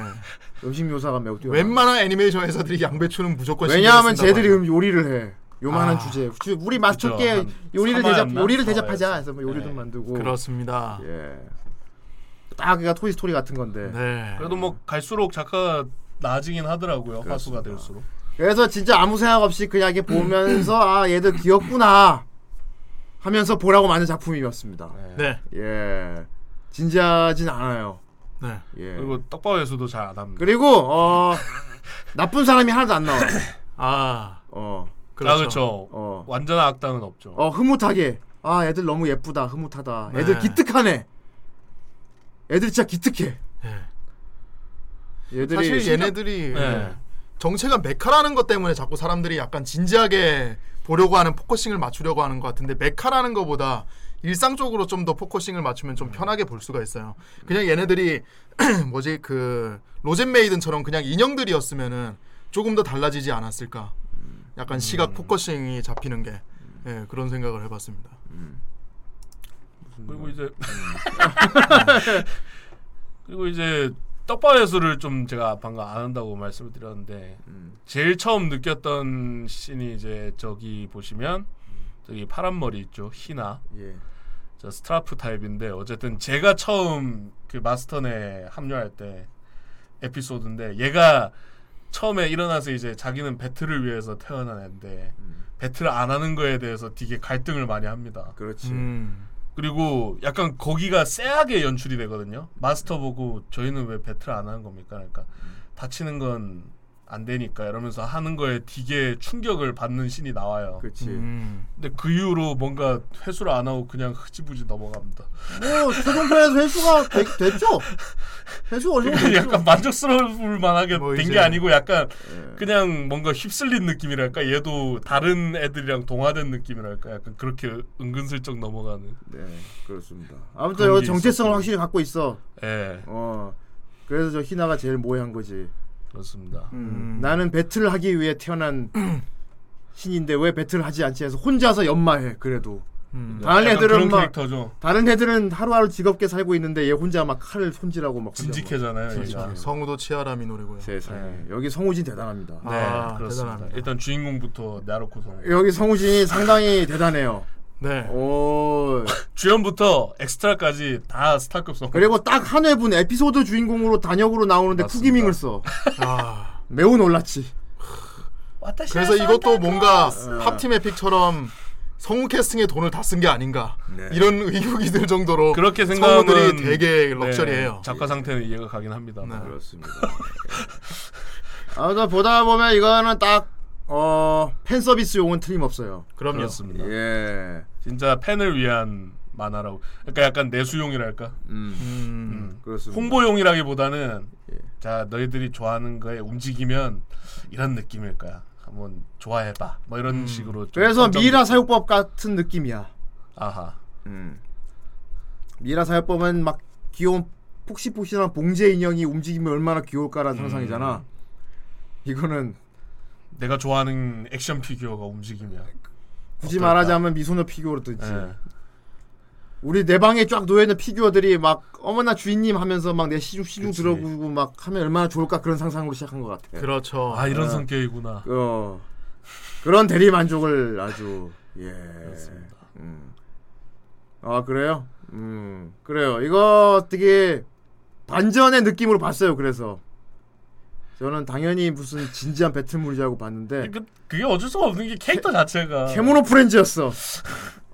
H: 음식 묘사가 매우 뛰어.
E: 네. 웬만한 애니메이션 회사들이 양배추는 무조건 신경을
H: 왜냐하면
E: 쓴다고
H: 쟤들이
E: 하죠.
H: 음 요리를 해. 요만한
E: 아.
H: 주제에 주- 우리 맞춰게
E: 그쵸. 한
H: 요리를
E: 삼화였나?
H: 대접 요리를
E: 삼화였어. 네.
H: 대접하자. 그래서 뭐 요리도 만들고
E: 그렇습니다.
H: 예. 딱 그가 토이 스토리 같은 건데.
E: 네.
C: 그래도 뭐 갈수록 작화 나아지긴 하더라고요. 화수가 될수록.
H: 그래서 진짜 아무 생각 없이 그냥 이게 보면서 아 얘들 귀엽구나 하면서 보라고 만든 작품이었습니다.
E: 네.
H: 예. 진지하진 않아요.
E: 네.
H: 예.
C: 그리고 떡밥에서도 잘 안 합니다.
H: 그리고 어 나쁜 사람이 하나도 안 나와.
E: 아.
H: 어.
C: 아 그렇죠. 완전 악당은 없죠.
H: 어 흐뭇하게 아 애들 너무 예쁘다 흐뭇하다
C: 네.
H: 애들 기특하네 애들 진짜 기특해 얘들이
E: 예. 사실 얘네들이 정체가 메카라는 것 때문에 자꾸 사람들이 약간 진지하게 보려고 하는 포커싱을 맞추려고 하는 것 같은데 메카라는 것보다 일상적으로 좀 더 포커싱을 맞추면 좀 편하게 볼 수가 있어요. 그냥 얘네들이 뭐지 그 로젠메이든처럼 그냥 인형들이었으면은 조금 더 달라지지 않았을까. 약간
C: 음.
E: 시각 포커싱이 잡히는 게 예, 그런 생각을 해봤습니다.
C: 그리고 이제 그리고 이제 떡밥 예술을 좀 제가 방금 안 한다고 말씀을 드렸는데 제일 처음 느꼈던 신이 이제 저기 보시면 저기 파란 머리 있죠 희나 저 스트라프 타입인데 어쨌든 제가 처음 그 마스터네 합류할 때 에피소드인데 얘가 처음에 일어나서 이제 자기는 배틀을 위해서 태어난 애인데 배틀 안 하는 거에 대해서 되게 갈등을 많이 합니다.
H: 그렇지.
E: 음.
C: 음. 그리고 약간 거기가 쎄하게 연출이 되거든요. 마스터 보고 저희는 왜 배틀 안 하는 겁니까? 그러니까 다치는 건 안 되니까 이러면서 하는 거에 되게 충격을 받는 신이 나와요.
H: 그렇지.
E: 음.
C: 근데 그 이후로 뭔가 회수를 안 하고 그냥 흐지부지 넘어갑니다.
H: 뭐 최종편에서 회수가 되- 됐죠 회수 어느 정도 됐죠
C: 약간 만족스러울 만하게 된 게
H: 이제-
C: 아니고 약간 그냥 뭔가 휩쓸린 느낌이랄까 얘도 다른 애들이랑 동화된 느낌이랄까 약간 그렇게 은근슬쩍 넘어가는
H: 네 그렇습니다 아무튼 여기 정체성을 확실히 갖고 있어
C: 예.
H: 어 그래서 저 희나가 제일 모해한 거지
C: 그렇습니다
H: 음. 나는 배틀을 하기 위해 태어난 신인데 왜 배틀을 하지 않지 해서 혼자서 연마해 그래도 다른
C: 음. 네. 약간
H: 애들은
C: 그런
H: 막
C: 캐릭터죠.
H: 다른 애들은 하루하루 즐겁게 살고 있는데 얘 혼자 막 칼을 손질하고 막 혼자 막
C: 진직해잖아요,
H: 진직해.
C: 얘가.
E: 성우도 치아람이 노리고요. 아,
H: 세상에 여기 성우진 아, 대단합니다.
C: 네 그렇습니다 일단 주인공부터 나루코 성
H: 여기 성우진이 상당히 대단해요.
E: 네.
C: 어.
H: 오.
C: 주연부터 엑스트라까지 다 스타급 성
H: 그리고 딱 한 회분 에피소드 주인공으로 단역으로 나오는데 쿠기밍을 써.
E: 아.
H: 매우 놀랐지.
E: 그래서 이것도 뭔가 팝팀 에픽처럼 성우 캐스팅에 돈을 다 쓴 게 아닌가 이런 의혹이 들 정도로
C: 네. 그렇게 생각하면
E: 성우들이 되게 럭셔리해요.
C: 네, 작가 상태는 이해가 가긴 합니다.
H: 네, 그렇습니다. 아무튼 보다 보면 이거는 딱 어, 팬 서비스 용은 틀림없어요.
C: 그럼요. 그렇습니다.
H: 예.
C: 진짜 팬을 위한 만화라고. 그러니까 약간 내수용이랄까.
H: 음, 그렇습니다.
C: 홍보용이라기보다는 자 너희들이 좋아하는 거에 움직이면 이런 느낌일 거야. 한번 좋아해봐. 뭐 이런 식으로. 좀
H: 그래서
C: 선정-
H: 미라 사용법 같은 느낌이야.
C: 아하.
H: 미라 사용법은 막 귀여운 폭신폭신한 봉제 인형이 움직이면 얼마나 귀여울까라는 상상이잖아. 이거는
C: 내가 좋아하는 액션 피규어가 움직이면
H: 굳이
C: 어떨까?
H: 말하자면 미소녀 피규어로 뜨지.
C: 예.
H: 우리 내 방에 쫙 놓여 있는 피규어들이 막 어머나 주인님 하면서 막 내 시중 시중 들어보고 막 하면 얼마나 좋을까 그런 상상으로 시작한 것 같아.
E: 그렇죠.
C: 아 이런
H: 어.
C: 성격이구나.
H: 어. 그런 대리 만족을 아주 예.
C: 네.
H: 음. 아 그래요? 음 그래요. 이거 되게 반전의 느낌으로 봤어요. 그래서 저는 당연히 무슨 진지한 배틀물이라고 봤는데
C: 그, 그게 어쩔 수가 없는 게 캐릭터 자체가
H: 캐모노 프렌즈였어.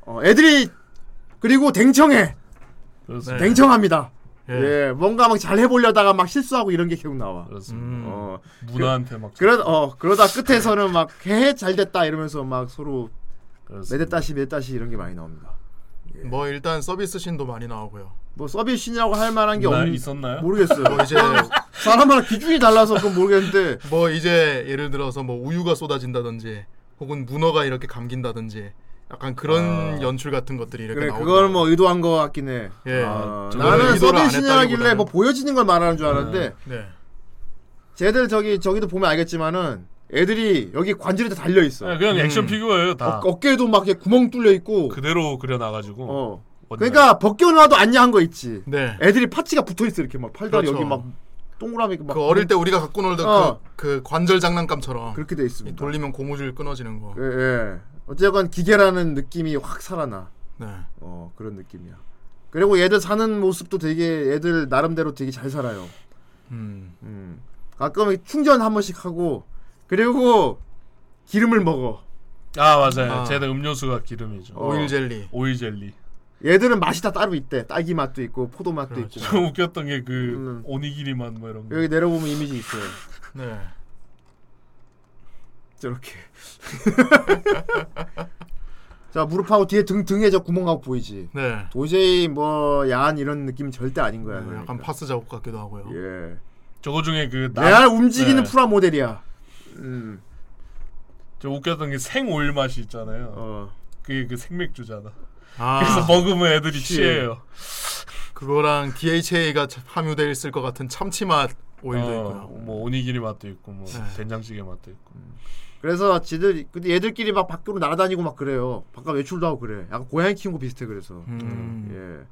H: 어, 애들이 그리고 댕청해.
C: 그렇습니다.
E: 네.
H: 네. 댕청합니다. 예. 뭔가 막 잘 해보려다가 막 실수하고 이런 게 계속 나와.
C: 그렇습니다.
H: 어,
C: 문화한테 막
H: 그러 어 그러다 끝에서는 막 헤헤 잘 됐다 이러면서 막 서로 내 됐다시 내 됐다시 이런 게 많이 나옵니다.
E: 뭐 일단 서비스 신도 많이 나오고요.
H: 뭐 서비스 신이라고 할 만한 게
E: 나
H: 없-
E: 있었나요?
H: 모르겠어요.
E: 뭐 이제
H: 사람마다 기준이 달라서 그건 모르겠는데
E: 뭐 이제 예를 들어서 뭐 우유가 쏟아진다든지 혹은 문어가 이렇게 감긴다든지 약간 그런
H: 아.
E: 연출 같은 것들이 이렇게
H: 그래
E: 나오고
H: 그건 뭐 의도한 거 같긴 해.
E: 예.
H: 아,
E: 저는
H: 나는
E: 의도를 안
H: 서비스 신이라길래
E: 했다기보다는.
H: 뭐 보여지는 걸 말하는 줄 알았는데
E: 네.
H: 쟤들 저기 저기도 보면 알겠지만은 애들이 여기 관절이 다 달려 있어.
E: 네,
C: 아, 그냥 액션 피규어예요, 다.
H: 어, 깨도막 이렇게 구멍 뚫려 있고.
C: 그대로 그려놔가지고.
H: 어.
C: 원래.
H: 그러니까 벗겨놔도 안냐 한 거 있지.
E: 네.
H: 애들이 파츠가 붙어 있어 이렇게 막 팔다리
E: 그렇죠.
H: 여기 막 동그라미 막.
E: 그 어릴 때 우리가 갖고 놀던
H: 뭐 어.
E: 그, 그 관절 장난감처럼
H: 그렇게 돼 있습니다.
E: 돌리면 고무줄 끊어지는 거.
H: 예, 예. 어쨌건 기계라는 느낌이 확 살아나.
E: 네.
H: 어 그런 느낌이야. 그리고 얘들 사는 모습도 되게 애들 나름대로 되게 잘 살아요.
E: 음.
H: 음. 가끔 충전 한 번씩 하고 그리고 기름을 먹어.
C: 아 맞아요.
H: 아.
C: 쟤네 음료수가 기름이죠.
E: 뭐,
H: 어. 오일 젤리.
C: 오일 젤리.
H: 얘들은 맛이 다 따로 있대. 딸기 맛도 있고 포도 맛도
E: 그렇죠.
H: 있고.
C: 좀 웃겼던 게 그 오니기리만 뭐 이런 거.
H: 음. 여기 내려보면 이미지 있어요.
E: 네.
H: 저렇게. 자 무릎하고 뒤에 등 등에 저 구멍하고 보이지.
E: 네.
H: 도저히 뭐 야한 이런 느낌 은 절대 아닌 거야. 그러니까.
E: 약간 파스 자국 같기도 하고요.
H: 네, 예.
C: 저거 중에 그 나-
H: 레알 움직이는
C: 네.
H: 프라 모델이야. 음.
C: 저 웃겼던 게 생오일 맛이 있잖아요.
H: 어.
C: 그게 그 생맥주잖아.
E: 아.
C: 그래서 먹으면 애들이
E: 씨.
C: 취해요.
E: 그거랑 DHA가 함유되어 있을 것 같은 참치맛 오일도
C: 어,
E: 있고요.
C: 뭐 오니기리 맛도 있고 뭐
H: 네.
C: 된장찌개 맛도 있고.
H: 음. 그래서 지들 근데 얘들끼리 막 밖으로 날아다니고 막 그래요. 바깥 외출도 하고 그래. 약간 고양이 키우는 거 비슷해 그래서.
E: 음,
C: 음.
H: 예.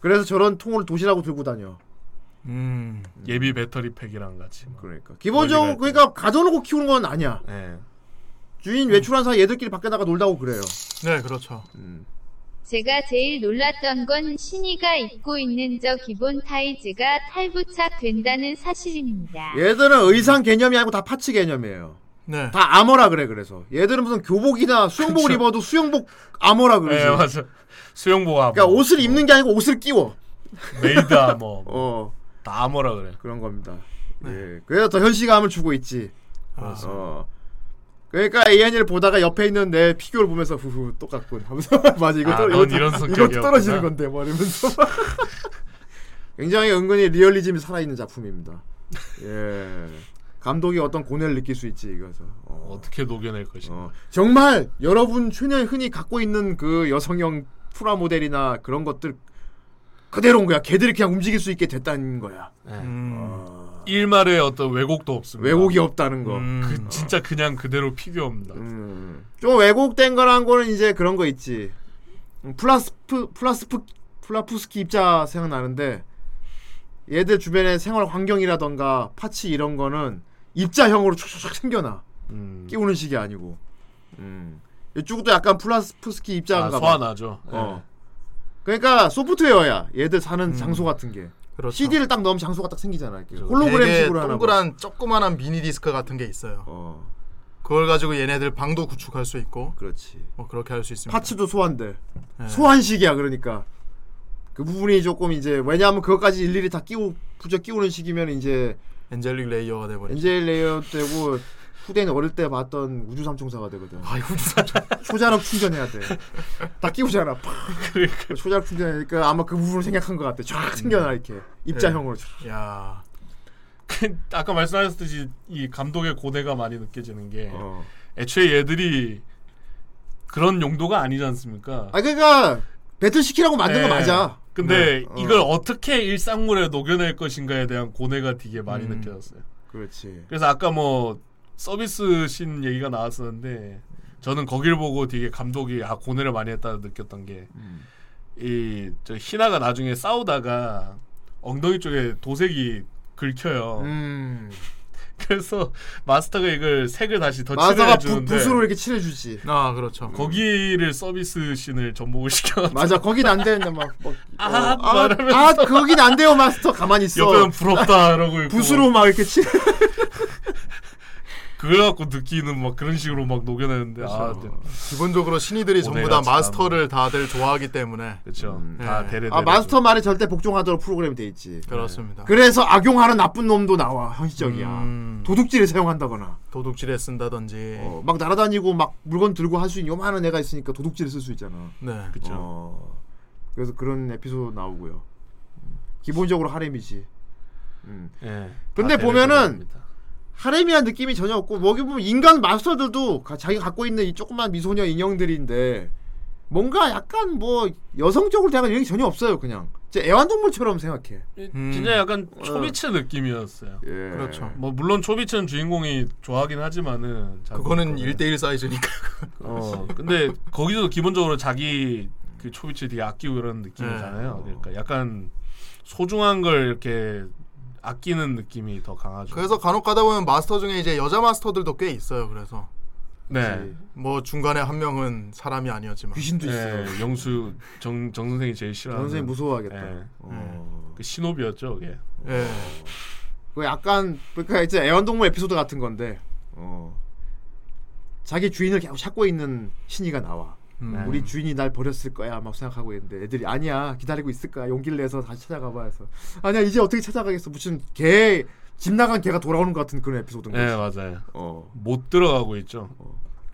H: 그래서 저런 통을 도시락으로 들고 다녀. 예.
E: 음.
C: 예비 배터리 팩이랑 같이.
H: 그러니까. 기본적으로 그러니까 가둬놓고 키우는 건 아니야.
C: 네.
H: 주인 외출한 사이 얘들끼리 밖에 나가 놀다고 그래요.
E: 네, 그렇죠.
B: 제가 제일 놀랐던 건 신이가 입고 있는 저 기본 타이즈가 탈부착 된다는 사실입니다.
H: 얘들은 의상 개념이 아니고 다 파츠 개념이에요.
E: 네.
H: 다 아머라 그래 그래서. 얘들은 무슨 교복이나 수영복을 입어도 수영복 아머라 그러지.
C: 네 맞아. 수영복 아머.
H: 그러니까 옷을 입는 게 아니고 옷을 끼워.
C: 메이드 아머.
H: 어.
C: 뭐, 다 아머라 그래.
H: 그런 겁니다.
C: 네.
H: 예. 그래서 더 현실감을 주고 있지.
C: 아,
H: 어. 그러니까 AN이를 보다가 옆에 있는 내 피규어를 보면서 후후 똑같군 하면서 맞아 이거
C: 아,
H: 떨-
C: 넌
H: 이것도-
C: 이런
H: 이것도 떨어지는
C: 성격이었구나.
H: 건데 뭐 이러면서 굉장히 은근히 리얼리즘이 살아있는 작품입니다. 예. 감독이 어떤 고뇌를 느낄 수 있지 이거서 어.
C: 어떻게 녹여낼 것인가.
H: 정말 여러분 최년 흔히 갖고 있는 그 여성형 프라 모델이나 그런 것들 그대로인 거야. 걔들이 그냥 움직일 수 있게 됐다는 거야.
C: 음. 일말의 어떤 왜곡도 없습니다.
H: 어. 아. 왜곡이 없다는 음. 거.
C: 그 진짜 그냥 그대로 피규어입니다.
H: 좀 왜곡된 거란 거는 이제 그런 거 있지. 음, 플라스프 플라스프 플라프스키 입자 생각나는데 얘들 주변의 생활 환경이라던가 파츠 이런 거는 입자형으로 촉촉촉 생겨나.
C: 음.
H: 끼우는 식이 아니고. 음. 이쪽도 약간 플라스프스키 입자인가
C: 아,
H: 봐.
C: 소환하죠.
H: 어. 그러니까 소프트웨어야. 얘들 사는 장소 같은 게.
E: 음. 그렇죠.
H: CD를 딱 넣으면 장소가 딱 생기잖아. 이렇게.
E: 되게
H: 홀로그램식으로 하나. 봐.
E: 동그란 조그만한 미니 디스크 같은 게 있어요. 그걸 가지고 얘네들 방도 구축할 수 있고.
H: 그렇지.
E: 뭐 그렇게 할 수 있습니다.
H: 파츠도 소환돼.
C: 네.
H: 소환식이야 그러니까. 그 부분이 조금 이제 왜냐하면 그것까지 일일이 다 끼우 부저 끼우는 식이면 이제
E: 엔젤릭 레이어가 돼버리죠.
H: 엔젤 레이어 되고 후대는 어릴 때 봤던 우주 삼총사가 되거든. 아 우주 삼총 초자력 충전해야 돼. 다 끼우잖아. 팍.
C: 그러니까.
H: 초자력 충전하니까 아마 그 부분을 생각한 것 같아. 쫙 생겨나
C: 네.
H: 이렇게 입자형으로. 쫙.
E: 야.
C: 그, 아까 말씀하셨듯이 이 감독의 고대가 많이 느껴지는 게
H: 어.
C: 애초에 얘들이 그런 용도가 아니지 않습니까?
H: 아 그러니까 배틀 시키라고 만든 거
C: 네.
H: 맞아.
C: 근데
H: 네. 어.
C: 이걸 어. 떻게 일상물에 녹여낼 것인가에 대한 고뇌가 되게
H: 음.
C: 많이 느껴졌어요.
H: 그렇지.
C: 그래서 아까 뭐 서비스 신 얘기가 나왔었는데 저는 거길 보고 되게 감독이 아 고뇌를 많이 했다 느꼈던
H: 음.
C: 게이저 희나가 나중에 싸우다가 엉덩이 쪽에 도색이 긁혀요.
H: 음.
C: 그래서 마스터가 이걸 색을 다시 더
H: 마사가
C: 칠해
H: 부,
C: 주는데
H: 붓으로 이렇게 칠해주지.
E: 아 그렇죠.
H: 음.
C: 거기를 서비스 신을 전복을 시켜.
H: 맞아 거긴 안 되는데 막, 막
C: 아,
H: 어,
C: 말하면서
H: 아 거긴 안 돼요 마스터 가만히 있어
C: 옆에는 부럽다 이러고 있고.
H: 붓으로 막 이렇게 치
C: 그걸 갖고 느끼는 막 그런 식으로 막 녹여내는데 아,
E: 그렇죠. 기본적으로 신이들이 전부 다
C: 오네가 참.
E: 마스터를 다들 좋아하기 때문에
C: 그렇죠.
H: 아, 마스터 말에 절대 복종하도록 프로그램이 돼 있지.
E: 그렇습니다.
H: 그래서 악용하는 나쁜 놈도 나와 형식적이야.
C: 음.
H: 도둑질을 사용한다거나
E: 음, 도둑질에 쓴다든지
C: 네.
H: 어, 막 날아다니고 막 물건 들고 할 수 있는 요만한 애가 있으니까 도둑질을 쓸 수 있잖아.
E: 네.
H: 그렇죠. 어, 그래서 그런 에피소드 나오고요. 음, 기본적으로 하렘이지. 음.
C: 예.
H: 근데
C: 아,
H: 보면은 하렘이란 느낌이 전혀 없고 뭐 여기 보면 인간 마스터들도 가- 자기가 갖고 있는 이 조그만 미소녀 인형들인데 뭔가 약간 뭐 여성적으로 대한 이런 게 전혀 없어요 그냥 진짜 애완동물처럼 생각해
C: 진짜 약간
H: 어.
C: 초비츠 느낌이었어요.
H: 그렇죠.
C: 뭐 물론 초비츠는 주인공이 좋아하긴 하지만은 자기
E: 그거는
C: 거를-
E: 1대1 사이즈니까.
C: 어 근데 거기서도 기본적으로 자기 그 초비츠 되게 아끼고 이런 느낌이잖아요. 그러니까 약간 소중한 걸 이렇게 아끼는 느낌이 더 강하죠.
E: 그래서 간혹 가다 보면 마스터 중에 이제 여자 마스터들도 꽤 있어요. 그래서
C: 네.
E: 뭐 중간에 한 명은 사람이 아니었지만
H: 예.
C: 네, 영수 정, 정 선생이 제일 싫어하는.
H: 정 선생님 무서워하겠다. 어.
C: 예. 그 신호비였죠, 그게.
E: 예.
H: 그 약간 그러니까 이제 애완동물 에피소드 같은 건데 어. 자기 주인을 계속 찾고 있는 신이가 나와. 네.
E: 음.
H: 우리 주인이 날 버렸을 거야 막 생각하고 있는데 애들이 아니야 기다리고 있을 거야 용기를 내서 다시 찾아가봐 해서 아니야 이제 어떻게 찾아가겠어 무슨 개 집 나간 개가 돌아오는 것 같은 그런 에피소드인 거지. 어.
C: 네 맞아요. 못 들어가고 있죠.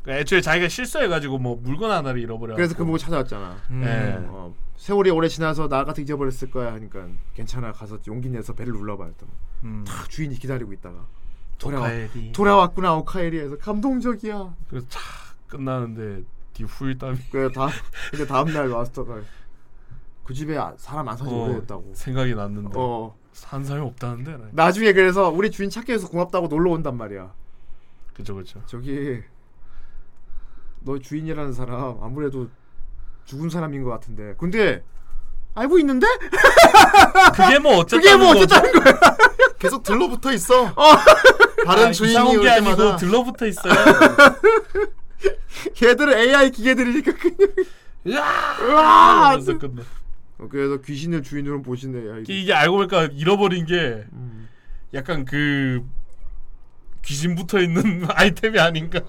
C: 그러니까 애초에 자기가 실수해가지고 뭐 물건 하나를 잃어버려.
H: 그래서 그 보고 찾아왔잖아.
C: 음. 네.
H: 어, 세월이 오래 지나서 나 같은 잊어버렸을 거야 하니까 괜찮아 가서 용기 내서 배를 눌러봐 했더니
E: 음.
H: 탁 주인이 기다리고 있다가 돌아와
C: 오카에리.
H: 돌아왔구나 오카에리에서 감동적이야.
C: 그래서 탁 끝나는데 뒤 후일담이.
H: 그래 다 근데 다음 날 마스터가 그 집에 아- 사람 안 사지
C: 어,
H: 오래됐다고.
C: 생각이 났는데
H: 어.
C: 산 사람이 없다는데. 나-
H: 나중에 그래서 우리 주인 찾기 위해서 고맙다고 놀러 온단 말이야.
C: 그죠 그죠.
H: 저기 너 주인이라는 사람 아무래도 죽은 사람인 것 같은데. 근데 알고 있는데?
C: 그게 뭐
H: 그게 뭐 어쨌다는 거야.
E: 계속 들러붙어 있어.
C: 아, 이사 온게 아니고 들러붙어 있어요.
H: 걔들은 AI 기계들이니까 그냥.
C: 아,
H: 으아!
C: 그래서 끝나.
H: 어, 그래서 귀신을 주인으로 보시네. 야,
C: 이게- 이게 알고 보니까 잃어버린 게
H: 음.
C: 약간 그 귀신 붙어 있는 아이템이 아닌가.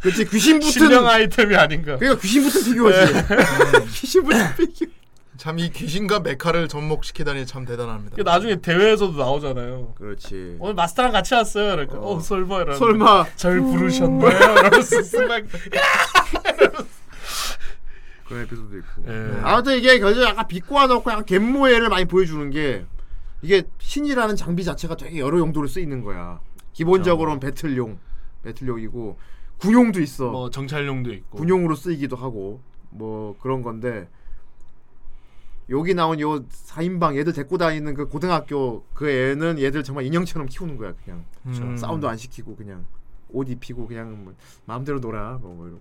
H: 그렇지 귀신 붙은-
C: 신령 아이템이 아닌가.
H: 그러니까 귀신 붙은 비교하지.
C: 네.
H: 귀신 붙은 비교.
E: 참이 귀신과 메카를 접목시키다니 참 대단합니다.
C: 그 나중에 대회에서도 나오잖아요.
H: 그렇지.
C: 오늘 마스터랑 같이 왔어요. 그러니까 어, 설마 이러는데
E: 설마.
C: 절
H: 음.
C: 부르셨나요? 이러면서 스마일
H: 그런 에피소드 있고. 네. 아무튼 이게 결국 약간 비꼬아 넣고 약간 갯모해를 많이 보여주는 게 이게 신이라는 장비 자체가 되게 여러 용도로 쓰이는 거야. 기본적으로는 배틀용, 배틀용이고 군용도 있어.
C: 뭐 정찰용도 있고.
H: 군용으로 쓰이기도 하고 뭐 그런 건데 여기 나온 요 4인방 얘들 데리고 다니는 그 고등학교 그 애는 얘들 정말 인형처럼 키우는 거야 그냥
C: 그렇죠.
E: 음.
H: 싸움도 안 시키고 그냥 옷 입히고 그냥 뭐 마음대로 놀아 뭐, 뭐 이러고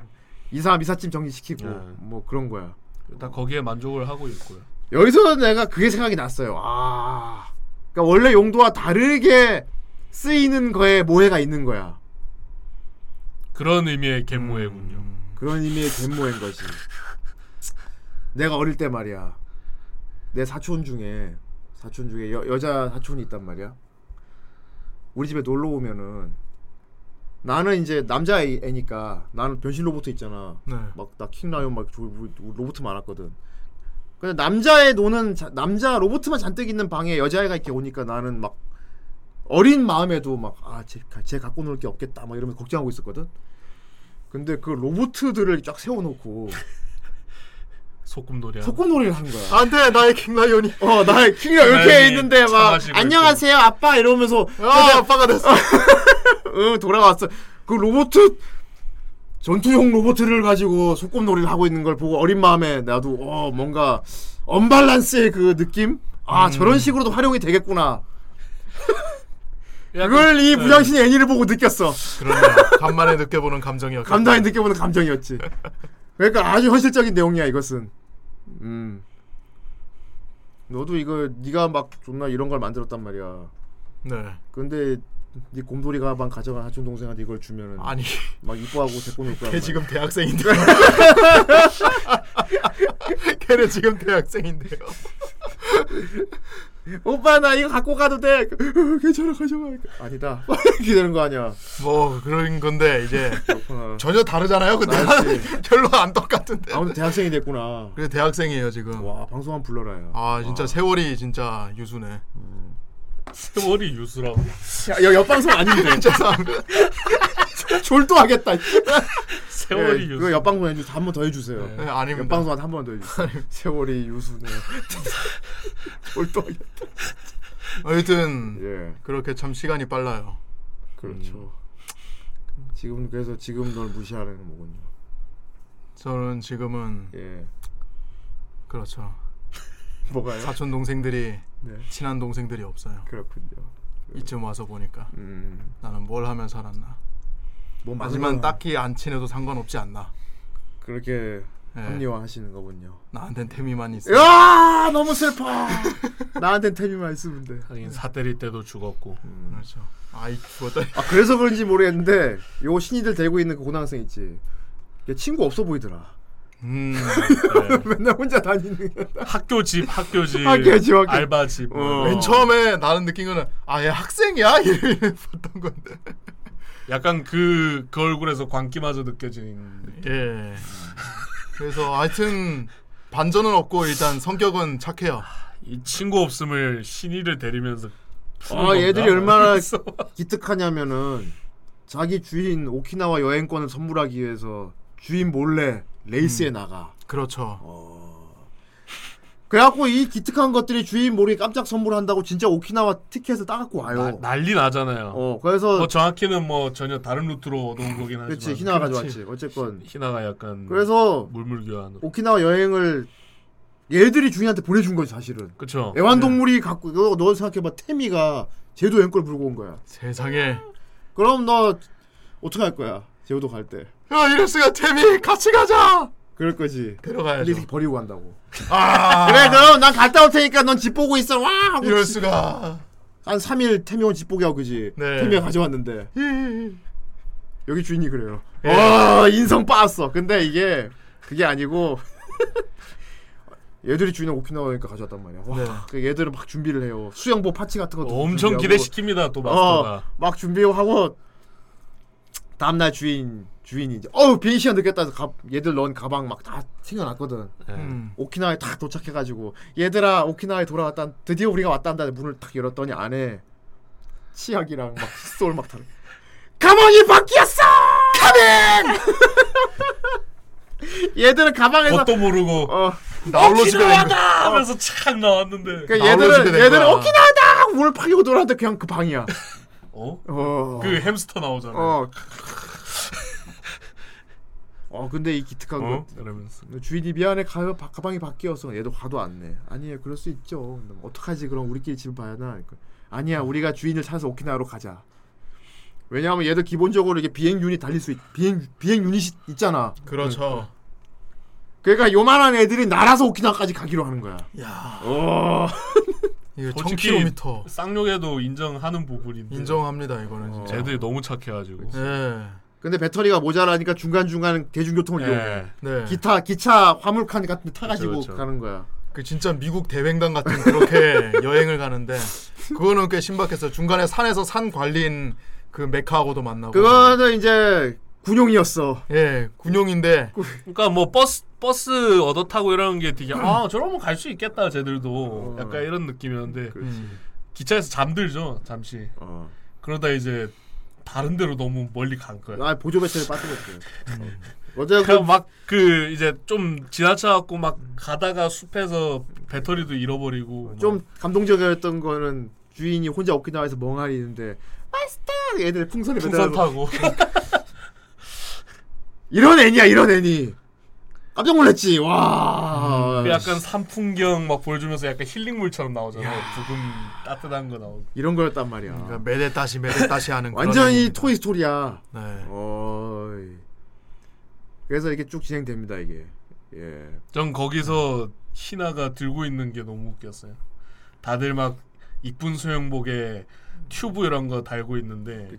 H: 이사 미사찜 정리시키고
C: 네.
H: 뭐 그런 거야
C: 일단 거기에 만족을 하고 있고요.
H: 여기서 내가 그게 생각이 났어요 아 그러니까 원래 용도와 다르게 쓰이는 거에 모해가 있는 거야
C: 그런 의미의 갯모해군요.
H: 그런 의미의 갯모인 거지. 내가 어릴 때 말이야. 내 사촌 중에 사촌 중에 여, 여자 사촌이 있단 말이야. 우리 집에 놀러 오면은 나는 이제 남자 애니까 나는 변신 로봇 있잖아.
E: 네.
H: 막 나 킹라이온 막 조- 우리 로봇 많았거든. 근데 남자애 노는 자- 남자 로봇만 잔뜩 있는 방에 여자애가 이렇게 오니까 나는 막 어린 마음에도 막아쟤 쟤 갖고 놀 게 없겠다 막 이러면서 걱정하고 있었거든. 근데 그 로봇들을 쫙 세워놓고
C: 소꿉놀이.
H: 소꿉놀이를 한 거야.
E: 안돼 나의 킹라이온이.
H: 어 나의 킹이가
E: 네,
H: 이렇게 있는데 막 안녕하세요 아빠 이러면서
E: 아 아빠가 됐어.
H: 응 돌아왔어. 그 로봇 전투용 로봇을 가지고 소꿉놀이를 하고 있는 걸 보고 어린 마음에 나도 어 뭔가 언밸런스의 그 느낌 아
E: 음.
H: 저런 식으로도 활용이 되겠구나. 그걸
E: 네.
H: 이 무장신 애니를 보고 느꼈어.
E: 간만에 느껴보는 감정이었고.
H: 감당이 느껴보는 감정이었지. 그러니까 아주 현실적인 내용이야 이것은. 음. 너도 이거 네가 막 존나 이런 걸 만들었단 말이야.
E: 네.
H: 근데 네 곰돌이 가방 가져간 사촌 동생한테 이걸 주면은
E: 아니.
H: 막 이뻐하고 데리고 놀 거야.
E: 걔 지금 대학생인데. 걔는 지금 대학생인데요.
H: 오빠 나 이거 갖고 가도 돼. 괜찮아 가져가. 아니다. 기다는 거 아니야.
E: 뭐 그런 건데 이제 전혀 다르잖아요. 근데 별로 안 똑같은데.
H: 아무튼 대학생이 됐구나.
E: 그래 대학생이에요 지금.
H: 와 방송 한 불러라요.
E: 아 진짜 세월이 진짜 유수네.
C: 세월이 유수라고.
H: 네, 야, 여- 옆방송 아닌데.
E: 네,
H: 예.
E: 죄송합니다.
H: 졸도하겠다.
C: 세월이
H: 유수. 그거 옆방송 해주세요. 한 번 더 해주세요.
E: 네, 아닙니다.
H: 예, 옆방송한테 한 번 더 해주세요. 세월이 유수네. 졸도하겠다. 예.
E: 아무튼 그렇게 참 시간이 빨라요.
H: 그렇죠. 음. 지금 그래서 지금 널 무시하는 거군요.
E: 저는
H: 예.
E: 지금은 그렇죠.
H: 뭐가요?
E: 사촌 동생들이
H: 네.
E: 친한 동생들이 없어요.
H: 그렇군요. 음.
E: 이쯤 와서 보니까 나는 뭘 하면 살았나.
H: 뭐
E: 하지만
H: 맞으면-
E: 딱히 안 친해도 상관없지 않나.
H: 그렇게
E: 예.
H: 합리화하시는 거군요.
E: 나한텐 태미만 있어.
H: 으아 너무 슬퍼. 나한텐 태미만 있으면 돼.
C: 하긴 사 때릴 때도 죽었고.
H: 음.
E: 그렇죠. 아이 죽었다.
H: 아 그래서 그런지 모르겠는데 요 신이들 데리고 있는 그 고등학생 있지. 걔 친구 없어 보이더라.
E: 음.
H: 맨날 혼자 다니는.
C: 네. 학교 집, 학교 집,
H: 학교 집, 학교 어. 집.
C: 알바 집. 뭐.
E: 맨 처음에 나는 느낀 거는 아얘 학생이야 이래.
C: 약간 그, 그 얼굴에서 광기마저 느껴지는 느낌.
E: 예. 그래서 하여튼 반전은 없고 일단 성격은 착해요.
C: 이 친구 없음을 신의를 데리면서 푸는
H: 아
C: 건가?
H: 얘들이 얼마나 기특하냐면은 자기 주인 오키나와 여행권을 선물하기 위해서 주인 몰래 레이스에 나가.
E: 그렇죠.
H: 그래갖고 이 기특한 것들이 주인 모르게 깜짝 선물한다고 진짜 오키나와 티켓을 따갖고 와요.
C: 난리 나잖아요.
H: 어, 그래서
C: 뭐 정확히는 뭐 전혀 다른 루트로 얻어온 거긴 하지만.
H: 그렇지, 희나가 가져왔지. 음. 어쨌건
C: 희나가 약간
H: 그래서
C: 물물교환.
H: 오키나와 여행을 얘들이 주인한테 보내준 거지 사실은.
C: 그렇죠.
H: 애완동물이 갖고 너, 너 생각해봐 태미가 제주도 여행 걸 불고 온 거야.
E: 세상에.
H: 그럼 너 어떻게 할 거야? 제주도 갈 때.
E: 야 이럴수가 태미 같이 가자.
H: 그럴 거지.
E: 데려가야죠.
H: 근데 이 새끼 버리고 간다고.
E: 아.
H: 그래 그럼 난 갔다 올 테니까 넌 집 보고 있어. 와. 하고
E: 이럴
H: 집-
E: 수가.
H: 한 3일 태미 형집 보게 하고 그지.
E: 네.
H: 태미가 가져왔는데 여기 주인이 그래요.
E: 예.
H: 와 인성 빠았어. 근데 이게 그게 아니고 얘들이 주인은 오키나와니까 가져왔단 말이야. 와,
C: 네.
H: 그 얘들은 막 준비를 해요. 수영복 파티 같은 것도
C: 엄청
H: 준비하고.
C: 기대시킵니다, 또 마스터가.
H: 어, 막 준비하고 다음날 주인 주인이 이제 어우 비행 시간 늦겠다 해서 가, 얘들 넣은 가방 막 다 챙겨놨거든.
C: 네.
E: 음.
H: 오키나와에 딱 도착해가지고 얘들아 오키나와에 돌아왔다. 드디어 우리가 왔단다. 문을 딱 열었더니 안에 치약이랑 막 칫솔 막 다. 가방이 바뀌었어. 가빈. 얘들은 가방에서
C: 뭣도 모르고
H: 어,
C: 나홀로 집에
H: 오키나와다!
C: 왔다 하면서 착 나왔는데.
H: 그러니까 얘들은 얘들은 오키나와다. 하고 문을 파려고 돌아왔는데 그냥 그 방이야.
C: 어?
H: 어.
C: 그 햄스터 나오잖아.
H: 어. 어 근데 이 기특한
C: 어?
H: 거
C: 이러면서.
H: 주인이 미안해 가, 바, 가방이 바뀌어서 얘도 가도 안네 아니에요 그럴 수 있죠 뭐 어떡하지 그럼 우리끼리 집을 봐야 하나 그러니까, 아니야 우리가 주인을 찾아서 오키나와로 가자 왜냐하면 얘도 기본적으로 이게 비행 유닛 달릴 수 있, 비행 비행 유닛이 있잖아
E: 그렇죠.
H: 그러니까 요만한 애들이 날아서 오키나와까지 가기로 하는 거야
E: 야.
H: 어.
E: 이거
C: 솔직히
E: 1000km.
C: 쌍욕에도 인정하는 부분인데.
E: 인정합니다 이거는
H: 어.
E: 진짜.
C: 애들이 너무 착해가지고.
E: 예.
H: 근데 배터리가 모자라니까 중간중간 대중교통을
C: 예.
H: 이용해
E: 네.
H: 기타 기차 화물칸 같은 데 타가지고
E: 그쵸, 그쵸.
H: 가는 거야
E: 그 진짜 미국 대횡단 같은 그렇게 여행을 가는데 그거는 꽤 신박했어요. 중간에 산에서 산 관리인 그 메카하고도 만나고.
H: 그거는 이제 군용이었어.
E: 예, 군용인데.
C: 그러니까 뭐 버스 버스 얻어 타고 이러는 게 되게 아 저러면 갈 수 있겠다
H: 어.
C: 쟤들도 약간 이런 느낌이었는데 기차에서 잠들죠 잠시. 그러다 이제 다른 데로 너무 멀리 간 거야.
H: 아 보조 배터리 빠뜨렸어요.
C: 어제 막그 이제 좀 지나쳐갖고 막 가다가 숲에서 배터리도 잃어버리고
H: 좀 감동적이었던 거는 주인이 혼자 오키나와에서 멍하니 있는데 마스터 애들 풍선에
C: 풍선
H: 매달아서 이런 애냐 이런 애니 깜짝 놀랐지 와
E: 음,
C: 그 약간 산풍경 막 보여주면서 약간 힐링물처럼 나오잖아요. 조금 따뜻한 거 나오고.
H: 이런 거였단 말이야.
E: 그러니까 매대 따시 매대 따시 하는 그런
H: 완전히
E: 의미입니다.
H: 토이 스토리야.
E: 네.
H: 어이. 그래서 이렇게 쭉 진행됩니다 이게. 예.
C: 전 거기서 희나가 들고 있는 게 너무 웃겼어요. 다들 막 이쁜 소형복에 튜브 이런 거 달고 있는데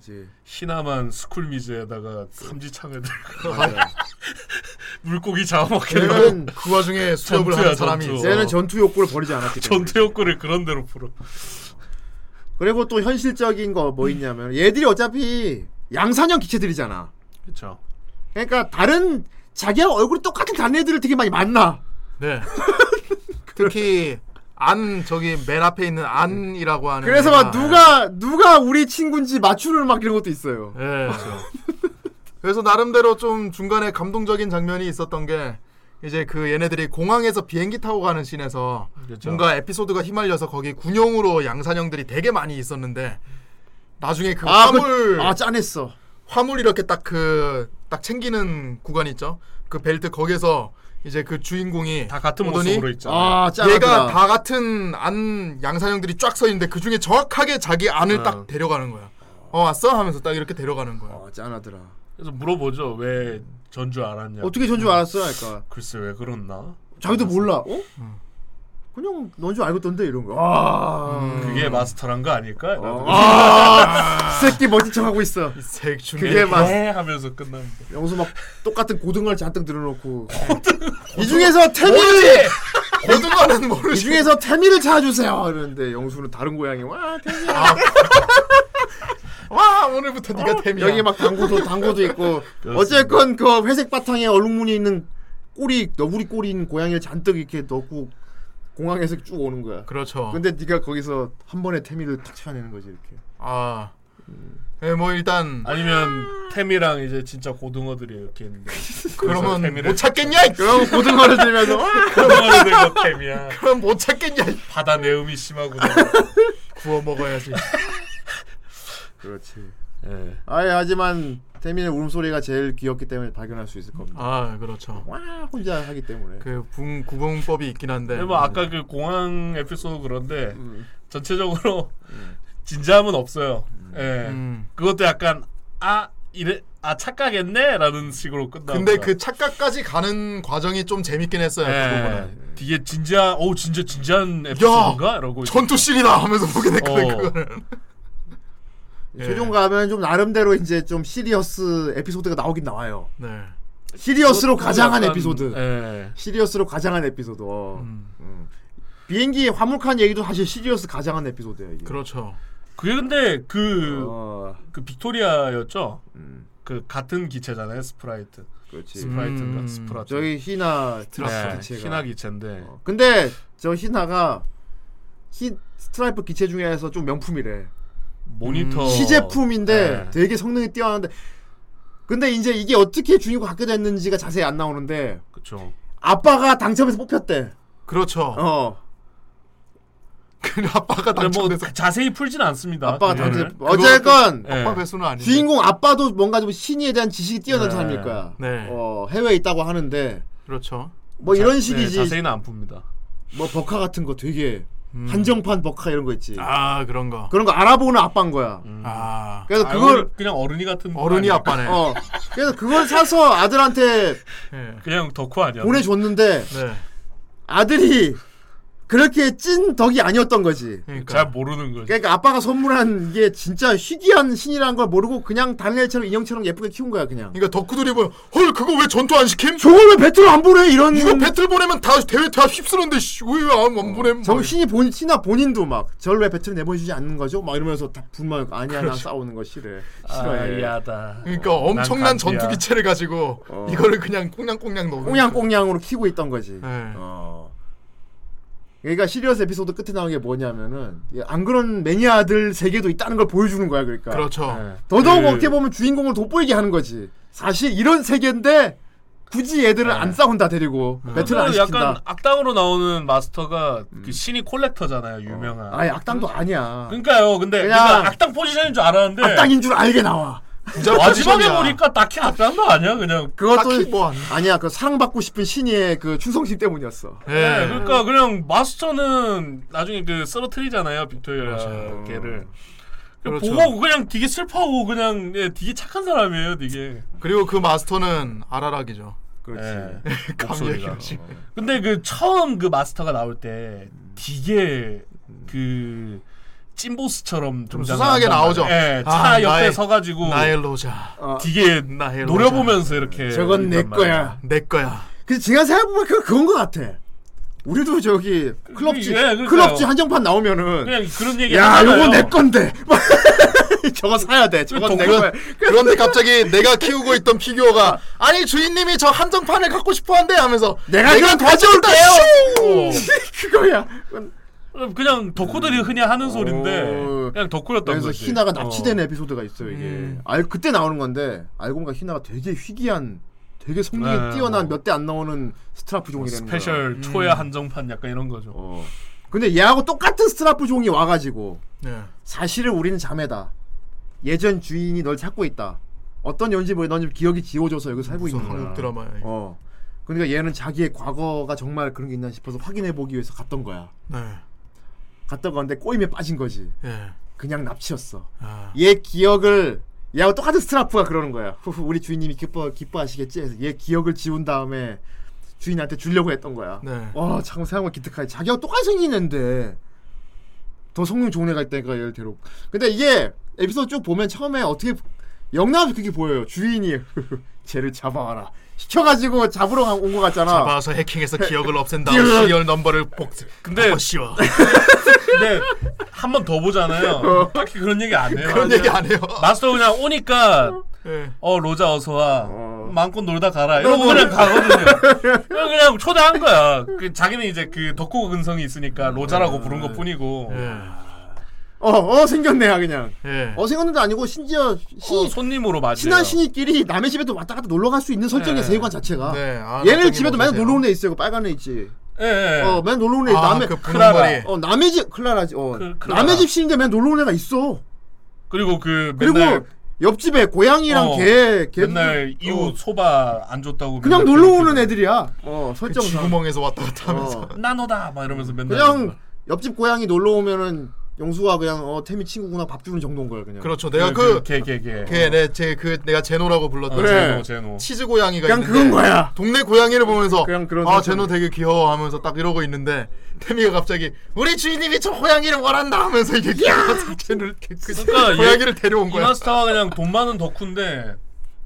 C: 희나만 스쿨미즈에다가 삼지창을 들고
H: 맞아요.
C: 물고기 잡아먹게
E: 얘는 그 와중에 수협을 하는 사람이 있어.
H: 얘는 전투 욕구를 버리지 않았기 때문에.
C: 전투 욕구를 그런 대로 풀어.
H: 그리고 또 현실적인 거 뭐 있냐면 얘들이 어차피 양산형 기체들이잖아.
C: 그렇죠.
H: 그러니까 다른 자기랑 얼굴이 똑같은 다른 애들을 되게 많이 만나.
E: 네. 특히 안 저기 맨 앞에 있는 안이라고 하는.
H: 그래서 막
E: 애가-
H: 누가 누가 우리 친구인지 맞추는 막 이런 것도 있어요.
C: 네.
E: 예. 그래서 나름대로 좀 중간에 감동적인 장면이 있었던 게 이제 그 얘네들이 공항에서 비행기 타고 가는 씬에서
C: 그렇죠.
E: 뭔가 에피소드가 휘말려서 거기 군용으로 양산형들이 되게 많이 있었는데 나중에 그
H: 아, 그-
E: 화물
H: 아, 짠했어.
E: 화물 이렇게 딱 그 딱 챙기는 구간 있죠. 그 벨트 거기서 이제 그 주인공이 다
C: 같은 모습으로 있잖아요.
H: 아, 짠하더라.
E: 얘가 다 같은 안 양산형들이 쫙 서 있는데 그 중에 정확하게 자기 안을
C: 어.
E: 딱 데려가는 거야. 어 왔어 하면서 딱 이렇게 데려가는 거야.
H: 아, 짠하더라.
C: 그래서 물어보죠. 왜 전주 알았냐?
H: 어떻게
E: 음.
H: 전주 알았어? 할까?
C: 글쎄 왜 그렇나?
H: 자기도 몰라. 어?
E: 음.
H: 그냥 넌 줄 알고 던데 이런 거. 아.
C: 그게 마스터란 거 아닐까? 나도.
H: 아, 이 새끼 멋진 척 하고 있어.
E: 이 새끼
H: 그게 막
C: 네, 하면서 끝납니다.
H: 영수 막 똑같은 고등어를 잔뜩 들어놓고 이 중에서 태미를
E: 고등어는 모르지.
H: 이 중에서 태미를 찾아주세요. 이러는데 영수는 다른 고양이 와 태미야.
E: 와 오늘부터
H: 네가 태미야. 여기 막 당구도 당구도 있고 어쨌건 그 회색 바탕에 얼룩무늬 있는 꼬리 너구리 꼬리 있는 고양이를 잔뜩 이렇게 넣고 공항에서 쭉 오는 거야.
E: 그렇죠.
H: 근데 네가 거기서 한 번에 태미를 탁 쳐내는 거지 이렇게.
E: 아. 예, 뭐 일단
C: 아니면 템이랑 이제 진짜 고등어들이 이렇게 있는데
E: 그러면
C: 템이를-
E: 못 찾겠냐? 이-
H: 그럼 고등어를 들면서
C: 고등어를 들고 템이야
E: 그럼 못 찾겠냐? 이-
C: 바다 내음이 심하구나
E: 구워 먹어야지.
H: 그렇지.
C: 예.
H: 아예 하지만 태민의 울음소리가 제일 귀엽기 때문에 발견할 수 있을 겁니다.
E: 아 그렇죠.
H: 와 혼자 하기 때문에.
E: 그 분, 구분법이 있긴 한데.
C: 근데 뭐 아까 그 공항 에피소드 그런데
H: 음.
C: 전체적으로 진지함은 없어요. 예.
E: 음.
C: 그것도 약간 아 이래 아 착각했네라는 식으로 끝나.
E: 근데 그 착각까지 가는 과정이 좀 재밌긴 했어요. 그
C: 예. 이게 진지한 오 진짜 진지한
E: 야,
C: 에피소드인가? 이러고 이제.
E: 전투 씬이다 하면서 보게 됐거든
C: 네. 어.
E: 그거는.
C: 음, 예.
H: 최종 가면 좀 나름대로 이제 좀 시리어스 에피소드가 나오긴 나와요.
E: 네.
H: 시리어스로
C: 그것도
H: 가장한
C: 약간,
H: 에피소드.
C: 예.
H: 시리어스로 가장한 에피소드. 어. 음. 비행기 화물칸 얘기도 사실 시리어스 가장한 에피소드예요. 이게.
E: 그렇죠.
C: 그게 근데 그,
H: 어,
C: 그 빅토리아였죠. 그 같은 기체잖아요, 스프라이트.
H: 그렇지.
C: 스프라이트인가
H: 음.
C: 스프라트.
H: 저기 희나 스트라이프
C: 네,
H: 기체가. 어,
C: 희나 기체인데.
H: 근데 저 희나가 희 스트라이프 기체 중에서 좀 명품이래. 음,
C: 모니터
H: 시제품인데
C: 어. 네.
H: 되게 성능이 뛰어나는데 근데 이제 이게 어떻게 주인공 갖게 됐는지가 자세히 안 나오는데
C: 그렇죠.
H: 아빠가 당첨해서 뽑혔대.
E: 그렇죠.
H: 어.
E: 아빠가
C: 당첨돼서 네, 뭐 자세히 풀진 않습니다. 네.
H: 아빠가
C: 그거를.
H: 당첨. 어쨌건
C: 그거- 예.
H: 주인공 아빠도 뭔가 좀 신의에 대한 지식이 뛰어난
C: 네.
H: 사람일 거야.
E: 네.
H: 어, 해외에 있다고 하는데
E: 그렇죠.
H: 뭐
C: 자-
H: 이런 식이지.
C: 네, 자세히는 안 풉니다.
H: 뭐 버카 같은 거 되게 한정판 버카 이런 거 있지.
E: 아 그런 거.
H: 그런 거 알아보는 아빠인 거야.
E: 아.
H: 그래서
C: 아,
H: 그걸
C: 이건 그냥 어른이 같은
E: 어른이
C: 거 아닙니까?
E: 아빠네.
H: 어. 그래서 그걸 사서 아들한테
C: 그냥 덕후 아니야.
H: 보내줬는데
E: 예. 네.
H: 아들이 그렇게 찐 덕이 아니었던 거지.
E: 그러니까.
C: 잘 모르는 거지.
H: 그러니까 아빠가 선물한 게 진짜 희귀한 신이라는 걸 모르고 그냥 다른 애처럼 인형처럼 예쁘게 키운 거야 그냥.
E: 그러니까 덕후들이 보면 헐 그거 왜 전투 안 시킴?
H: 저걸 왜 배틀 안 보내 이런.
E: 이거 배틀 보내면 다 대회 다 휩쓰는데 왜안 뭐. 안 보냄?
H: 정신이 본 신나 본인도 막 저를 왜 배틀 내보내주지 않는 거죠? 막 이러면서 다 불만 아니야 나
E: 그렇죠.
H: 싸우는 거 싫어
C: 아,
H: 싫어해.
C: 아야다.
E: 그러니까 엄청난 전투 기체를 가지고 이거를 그냥 꽁냥꽁냥 넣는. 네,
H: 꽁냥꽁냥으로 키고 있던 거지.
C: 네.
H: 어. 그러니까 시리어스 에피소드 끝에 나온 게 뭐냐면은 이안 그런 매니아들 세계도 있다는 걸 보여주는 거야 그러니까.
E: 그렇죠.
C: 네.
H: 더더욱
E: 그-
H: 어떻게 보면 주인공을 돋보이게 하는 거지. 사실 이런 세계인데 굳이
C: 네.
H: 얘들을 안 싸운다 데리고
C: 음.
H: 배틀을 안
C: 그리고
H: 시킨다. 음.
C: 약간 악당으로 나오는 마스터가 그 신이 콜렉터잖아요, 유명한.
H: 아예 악당도 아니야.
C: 그러니까요. 근데
H: 그냥
C: 그러니까 악당 포지션인 줄 알았는데
H: 악당인 줄 알게 나와.
C: 진짜 마지막에 보니까 딱히 악당도 아니야, 그냥.
H: 그것도
C: 뭐
E: 뭐
H: 아니야. 그 사랑받고 싶은 신이의 그 충성심 때문이었어.
C: 예, 그러니까 그냥 마스터는 나중에 그 쓰러트리잖아요, 빅토리아 어, 걔를.
H: 어,
C: 그러니까
E: 그렇죠.
C: 보고 그냥 되게 슬퍼하고 그냥 예, 되게 착한 사람이에요, 되게.
E: 그리고 그 마스터는 아라락이죠.
C: 그렇지.
E: 감정이
H: 어.
E: 없이.
C: 근데 그 처음 그 마스터가 나올 때 되게 그 찐보스처럼
E: 좀
C: 등장을
E: 수상하게
C: 한단
E: 나오죠.
C: 말이에요. 예, 차
E: 아,
C: 옆에
E: 나의-
C: 서가지고
E: 나의 로자.
C: 되게
E: 나의 로자.
C: 노려보면서 이렇게
H: 어. 저건 내
C: 한단 말이에요.
H: 거야.
E: 내 거야.
H: 근데 제가 생각해보면 그건 그건 것 같아. 우리도 저기 클럽지
C: 예, 그러니까요.
H: 클럽지 한정판 나오면은
C: 그냥 그런 얘기
H: 야
C: 하잖아요.
H: 요거 내 건데 저거 사야 돼 저건 내 거야
E: 그런데 갑자기 내가 키우고 있던 피규어가 아니 주인님이 저 한정판을 갖고 싶어한대 하면서
H: 내가 그냥
E: 가져올게요.
H: 그거야.
C: 그냥 덕후들이 흔히 하는 소린데 그냥 덕후였던
H: 음. 그래서
C: 거지.
H: 희나가
C: 어.
H: 납치되는 에피소드가 있어요 이게
C: 음.
H: 알 그때 나오는 건데 알고 보니까 희나가 되게 희귀한 되게 성능이
C: 네,
H: 뛰어난 몇 대 안 나오는 스트라프 종이 되는 거야
C: 뭐 스페셜
H: 음.
C: 초야 한정판 약간 이런 거죠.
H: 근데 얘하고 똑같은 스트라프 종이 와가지고
E: 네.
H: 사실은 우리는 자매다 예전 주인이 널 찾고 있다 어떤 연지 모르 넌 지금 기억이 지워져서 여기서 살고 있는 거야
E: 한국 드라마야, 이거.
H: 어. 그러니까 얘는 자기의 과거가 정말 그런 게 있나 싶어서 확인해 보기 위해서 갔던 거야
E: 네.
H: 갔던 건데 꼬임에 빠진 거지
E: 예.
H: 그냥 납치였어
E: 아.
H: 얘 기억을 얘하고 똑같은 스트라프가 그러는 거야. 후후 우리 주인님이 기뻐 기뻐하시겠지. 해서 얘 기억을 지운 다음에 주인한테 주려고 했던 거야.
E: 네.
H: 와 잠깐 생각만 기특하지. 자기하고 똑같이 생긴 애인데 더 성능 좋은 애가 있다니까 얘를 데려. 근데 이게 에피소드 쭉 보면 처음에 어떻게 영남이 그게 보여요. 주인이 쟤를 잡아와라. 시켜가지고 잡으러 간- 온것 같잖아.
E: 잡아서 해킹해서 기억을 없앤 다음
H: 기억을- 아,
E: 시리얼 넘버를 복 근데 씌워.
C: 근데 한 번 더 보잖아요. 딱히 그런 얘기 안 해요.
E: 그런 얘기 안 해요.
H: 아.
C: 마스터 그냥 오니까
E: 예.
C: 어 로자 어서 와. 마음껏 놀다 가라. 이러고
E: 그러고.
C: 그냥 가거든요. 그냥 그냥 초대한 거야. 그 자기는 이제 그 덕후 근성이 있으니까 로자라고
H: 음.
C: 부른 것 뿐이고.
H: 어, 어 생겼네야 그냥.
E: 예.
H: 어 생겼는데 아니고 심지어 신,
C: 손님으로 맞아요.
H: 친한 신이끼리 남의 집에도 왔다 갔다 놀러 갈 수 있는 설정의
E: 네.
H: 세계관 자체가.
E: 네, 아,
H: 얘네
E: 납작이
H: 집에도 맨날
E: 먹으세요.
H: 놀러 오는 애 있어요. 그 빨간 애 있지.
C: 예, 예.
H: 어, 맨날 놀러 오는 애.
E: 아,
H: 남의
E: 그 분홍 클라라. 머리.
H: 어, 남의 집 클라라지. 어,
C: 클라라.
H: 남의 집 신인데 맨날 놀러 오는 애가 있어.
C: 그리고 그
H: 그리고
C: 맨날
H: 옆집에 고양이랑
C: 어,
H: 개, 개 어.
C: 맨날 이웃 뭐 소바 안 줬다고
H: 그냥
C: 맨날
H: 놀러 오는 애들이야. 어, 설정.
E: 그
H: 어.
E: 쥐구멍에서 왔다 갔다
H: 하면서.
C: 나노다 막 이러면서 맨날
H: 그냥 옆집 고양이 놀러 오면은 영수가 그냥 어 태미 친구구나 밥 주는 정도인 거야 그냥.
E: 그렇죠. 내가 그
C: 걔걔걔
E: 걔내제그 내가 제노라고 불렀던
H: 어, 그래. 제노,
C: 제노.
E: 치즈 고양이가
H: 그냥
E: 있는데
H: 그건 거야.
E: 동네 고양이를 보면서
H: 그냥 그런
E: 아
H: 설정.
E: 제노 되게 귀여워 하면서 딱 이러고 있는데 태미가 갑자기 우리 주인님이 저 고양이를 원한다 하면서 이게 제노를 이렇게 그
C: 그러니까
E: 고양이를
C: 얘-
E: 데려온 거야.
C: 이마스터가 그냥 돈 많은 덕후인데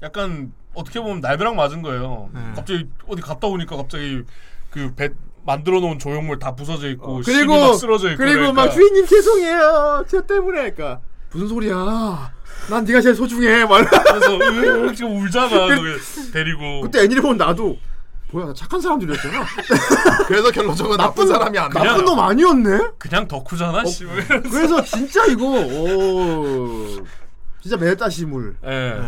C: 약간 어떻게 보면 날벼락 맞은 거예요.
H: 네.
C: 갑자기 어디 갔다 오니까 갑자기 그 배 만들어 놓은 조형물 다 부서져 있고 그리고
H: 어, 그리고
C: 막 어, 쓰러져 있고
H: 그리고
C: 그러니까
H: 막 주인님 죄송해요 저 때문에 그러니까 무슨 소리야 난 네가 제일 소중해 말
C: 그래서 으윽 지금 울잖아
H: 그,
C: 그, 데리고
H: 그때 애니를 보면 나도 뭐야 나 착한 사람들이었잖아
E: 그래서 결론적으로 나쁜 사람이 안
H: 나쁜
E: 나와요.
H: 놈 아니었네
C: 그냥 덕후잖아
H: 어,
C: 씨.
H: 그래서 진짜 이거 오 진짜 메타시물
C: 예.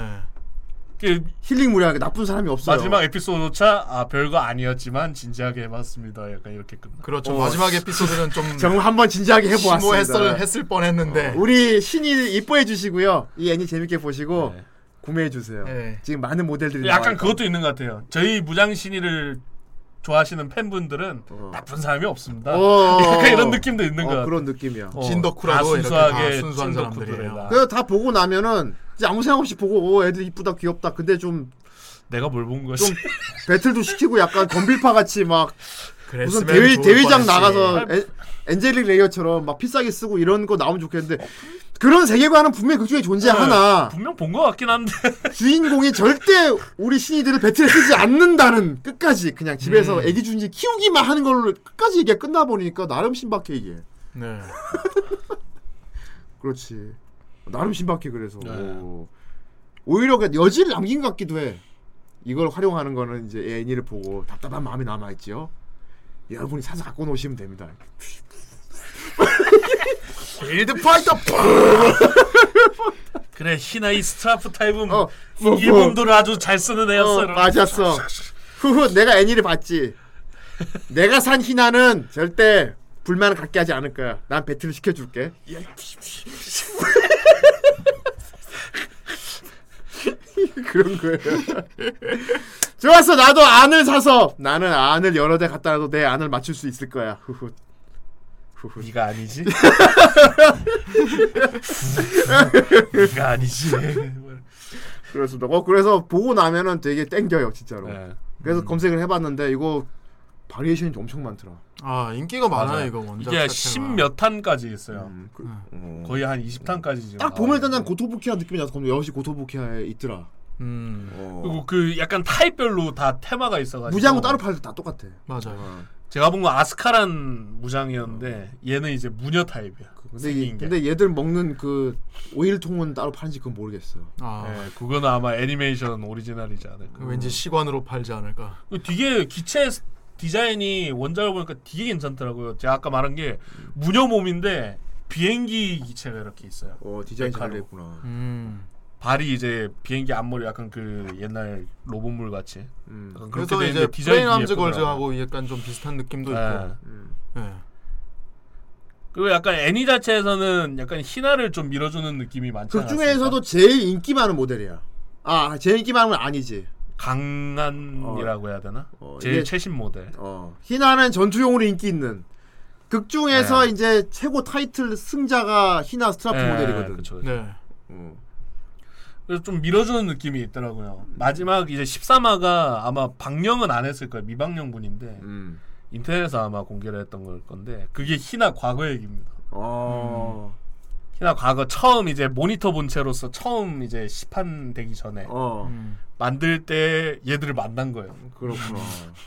C: 그
H: 힐링물이야 나쁜 사람이 네. 없어요
C: 마지막 에피소드조차 아 별거 아니었지만 진지하게 해봤습니다. 약간 이렇게 끝나.
E: 그렇죠. 마지막 에피소드는 좀
H: 어, 정말 한번 진지하게 해보았습니다 어.
E: 심오했을 했을 뻔했는데
H: 우리 신이 이뻐해 주시고요 이 애니 재밌게 보시고 구매해 주세요
E: 네.
H: 지금 많은 모델들이
C: 네. 약간
H: 나와요.
C: 그것도 있는 것 같아요. 저희 무장신이를 좋아하시는 팬분들은
E: 어.
C: 나쁜 사람이 없습니다.
H: 어, 어,
C: 약간 이런
H: 어.
C: 느낌도 있는
H: 어,
C: 것 같아요.
H: 그런 느낌이야.
C: 어, 다
E: 진덕후라도 이렇게
C: 순수하게
E: 다 순수한
C: 진덕후들이다.
H: 그래서 다 보고 나면은 이제 아무 생각 없이 보고 오 애들 이쁘다 귀엽다 근데 좀 좀
C: 내가 뭘 본 거지?
H: 배틀도 시키고 약간 건빌파 같이 막 무슨
E: 그랬으면
H: 대회
E: 좋을
H: 대회장
E: 뻔했지.
C: 아,
H: 나가서 엔- 엔젤릭 레이어처럼 막 피싸게 쓰고 이런 거 나오면 좋겠는데 그런 세계관은 분명히 그 중에 존재하나
C: 분명 본 것 같긴 한데
H: 주인공이 절대 우리 신이들을 배틀에 쓰지 않는다는 끝까지 그냥 집에서 애기 주인지 키우기만 하는 걸로 끝까지 이게 끝나버리니까 나름 신박해 이게
E: 네.
H: 그렇지. 나름 신박해 그래서 오. 오히려 그냥 여지를 남긴 것 같기도 해. 이걸 활용하는 거는 이제 애니를 보고 답답한 마음이 남아 있지요. 여러분이 사서 갖고 놓으시면 됩니다.
E: 빌드 파이터
C: 그래 희나 이 스트라프 타입은
E: 어,
H: 뭐,
C: 일본도를 아주 잘 쓰는 애였어.
H: 어, 맞았어. 후후 내가 애니를 봤지. 내가 산 희나는 절대 불만을 갖게 하지 않을 거야. 난 배틀을 시켜줄게. 그런 거예요. 좋았어. 나도 안을 사서 나는 안을 여러 대 갖다 놔도 내 안을 맞출 수 있을 거야. 후후. 후후.
C: 네가 아니지? 네가 아니지.
H: 그렇습니다. 어, 그래서 보고 나면은 되게 땡겨요, 진짜로. 그래서 검색을 해봤는데 이거 바리에이션이 엄청 많더라.
E: 아 인기가 많아요 이거 원작
C: 이게
E: 자체가. 음.
C: 십몇 탄까지 있어요.
H: 음, 그
C: 거의 한 20탄까지 지금.
H: 딱 보면 일단 난 고토부키아 느낌이 나서 그럼 역시 고토부키아에 있더라.
E: 음.
H: 어.
C: 그리고 그 약간 타입별로 다 테마가 있어가지고
H: 무장은 따로 팔도 다 똑같아.
E: 맞아요.
C: 제가 본 건 아스카란 무장이었는데 얘는 이제 무녀 타입이야.
E: 그,
H: 근데, 이- 근데 얘들 먹는 그 오일통은 따로 파는지 그건 모르겠어.
E: 아.
C: 예, 그건 아마 애니메이션 오리지널이지 않을까.
E: 그 왠지 시관으로 팔지 않을까.
C: 그 뒤에 기체 스- 디자인이 원작을 보니까 되게 괜찮더라고요. 제가 아까 말한 게 무녀 몸인데 비행기 기체가 이렇게 있어요.
H: 어 디자인 잘
C: 메카로.
H: 됐구나.
C: 발이 이제 비행기 앞머리 약간 그 옛날 로봇물 같이.
H: 음.
C: 약간 그렇게
E: 그래서
C: 돼
E: 이제
C: 있는데 디자인이
E: 플레인 함즈
C: 예쁘더라고요.
E: 걸즈하고 약간 좀 비슷한 느낌도
C: 네.
E: 있고.
H: 음.
E: 네.
C: 그리고 약간 애니 자체에서는 약간 희나를 좀 밀어주는 느낌이 많잖아요.
H: 극그 중에서도 제일 인기 많은 모델이야. 아 제일 인기 많은 건 아니지.
C: 강한이라고 해야 되나?
H: 어,
C: 제일
H: 이게-
C: 최신 모델.
H: 어. 히나는 전투용으로 인기 있는. 극 중에서
C: 네.
H: 이제 최고 타이틀 승자가 히나 스트라프
C: 예,
H: 모델이거든. 어.
C: 그쵸,
E: 네.
C: 그쵸.
H: 음.
C: 그래서 좀 밀어주는 느낌이 있더라고요. 마지막 이제 13화가 아마 방영은 안 했을 거예요. 미방영 분인데
H: 음.
C: 인터넷에서 아마 공개를 했던 걸 건데 그게 희나 과거 얘기입니다.
H: 어.
C: 희나 과거 처음 이제 모니터 본체로서 처음 이제 시판 되기 전에
H: 어.
C: 음. 만들 때 얘들을 만난 거예요.
H: 음. 그렇구나.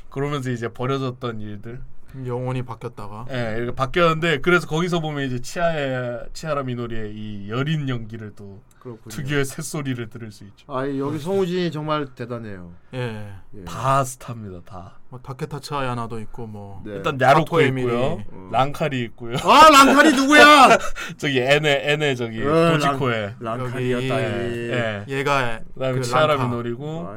C: 그러면서 이제 버려졌던 일들.
E: 음. 영혼이 바뀌었다가.
C: 예, 이렇게 바뀌었는데 그래서 거기서 보면 이제 치아의 치아라 미노리의 이 여린 연기를 또 특유의 새소리를 들을 수 있죠.
H: 아 여기 성우진이 정말 대단해요.
E: 예.
C: 네. 다 스타입니다. 다.
E: 뭐 다케타치 아야나도 있고 뭐.
H: 네.
C: 일단 야로코
E: 사토 에미리.
C: 있고요. 랑카리 있고요.
E: 아, 랑칼이 누구야?
C: 저기 애네 애네 저기
E: 에,
C: 도지코에
E: 랑-
C: 여기,
E: 랑칼이었다,
C: 예.
E: 얘. 얘가
C: 그다음에
E: 그
C: 치아라
E: 랑카.
C: 미노리고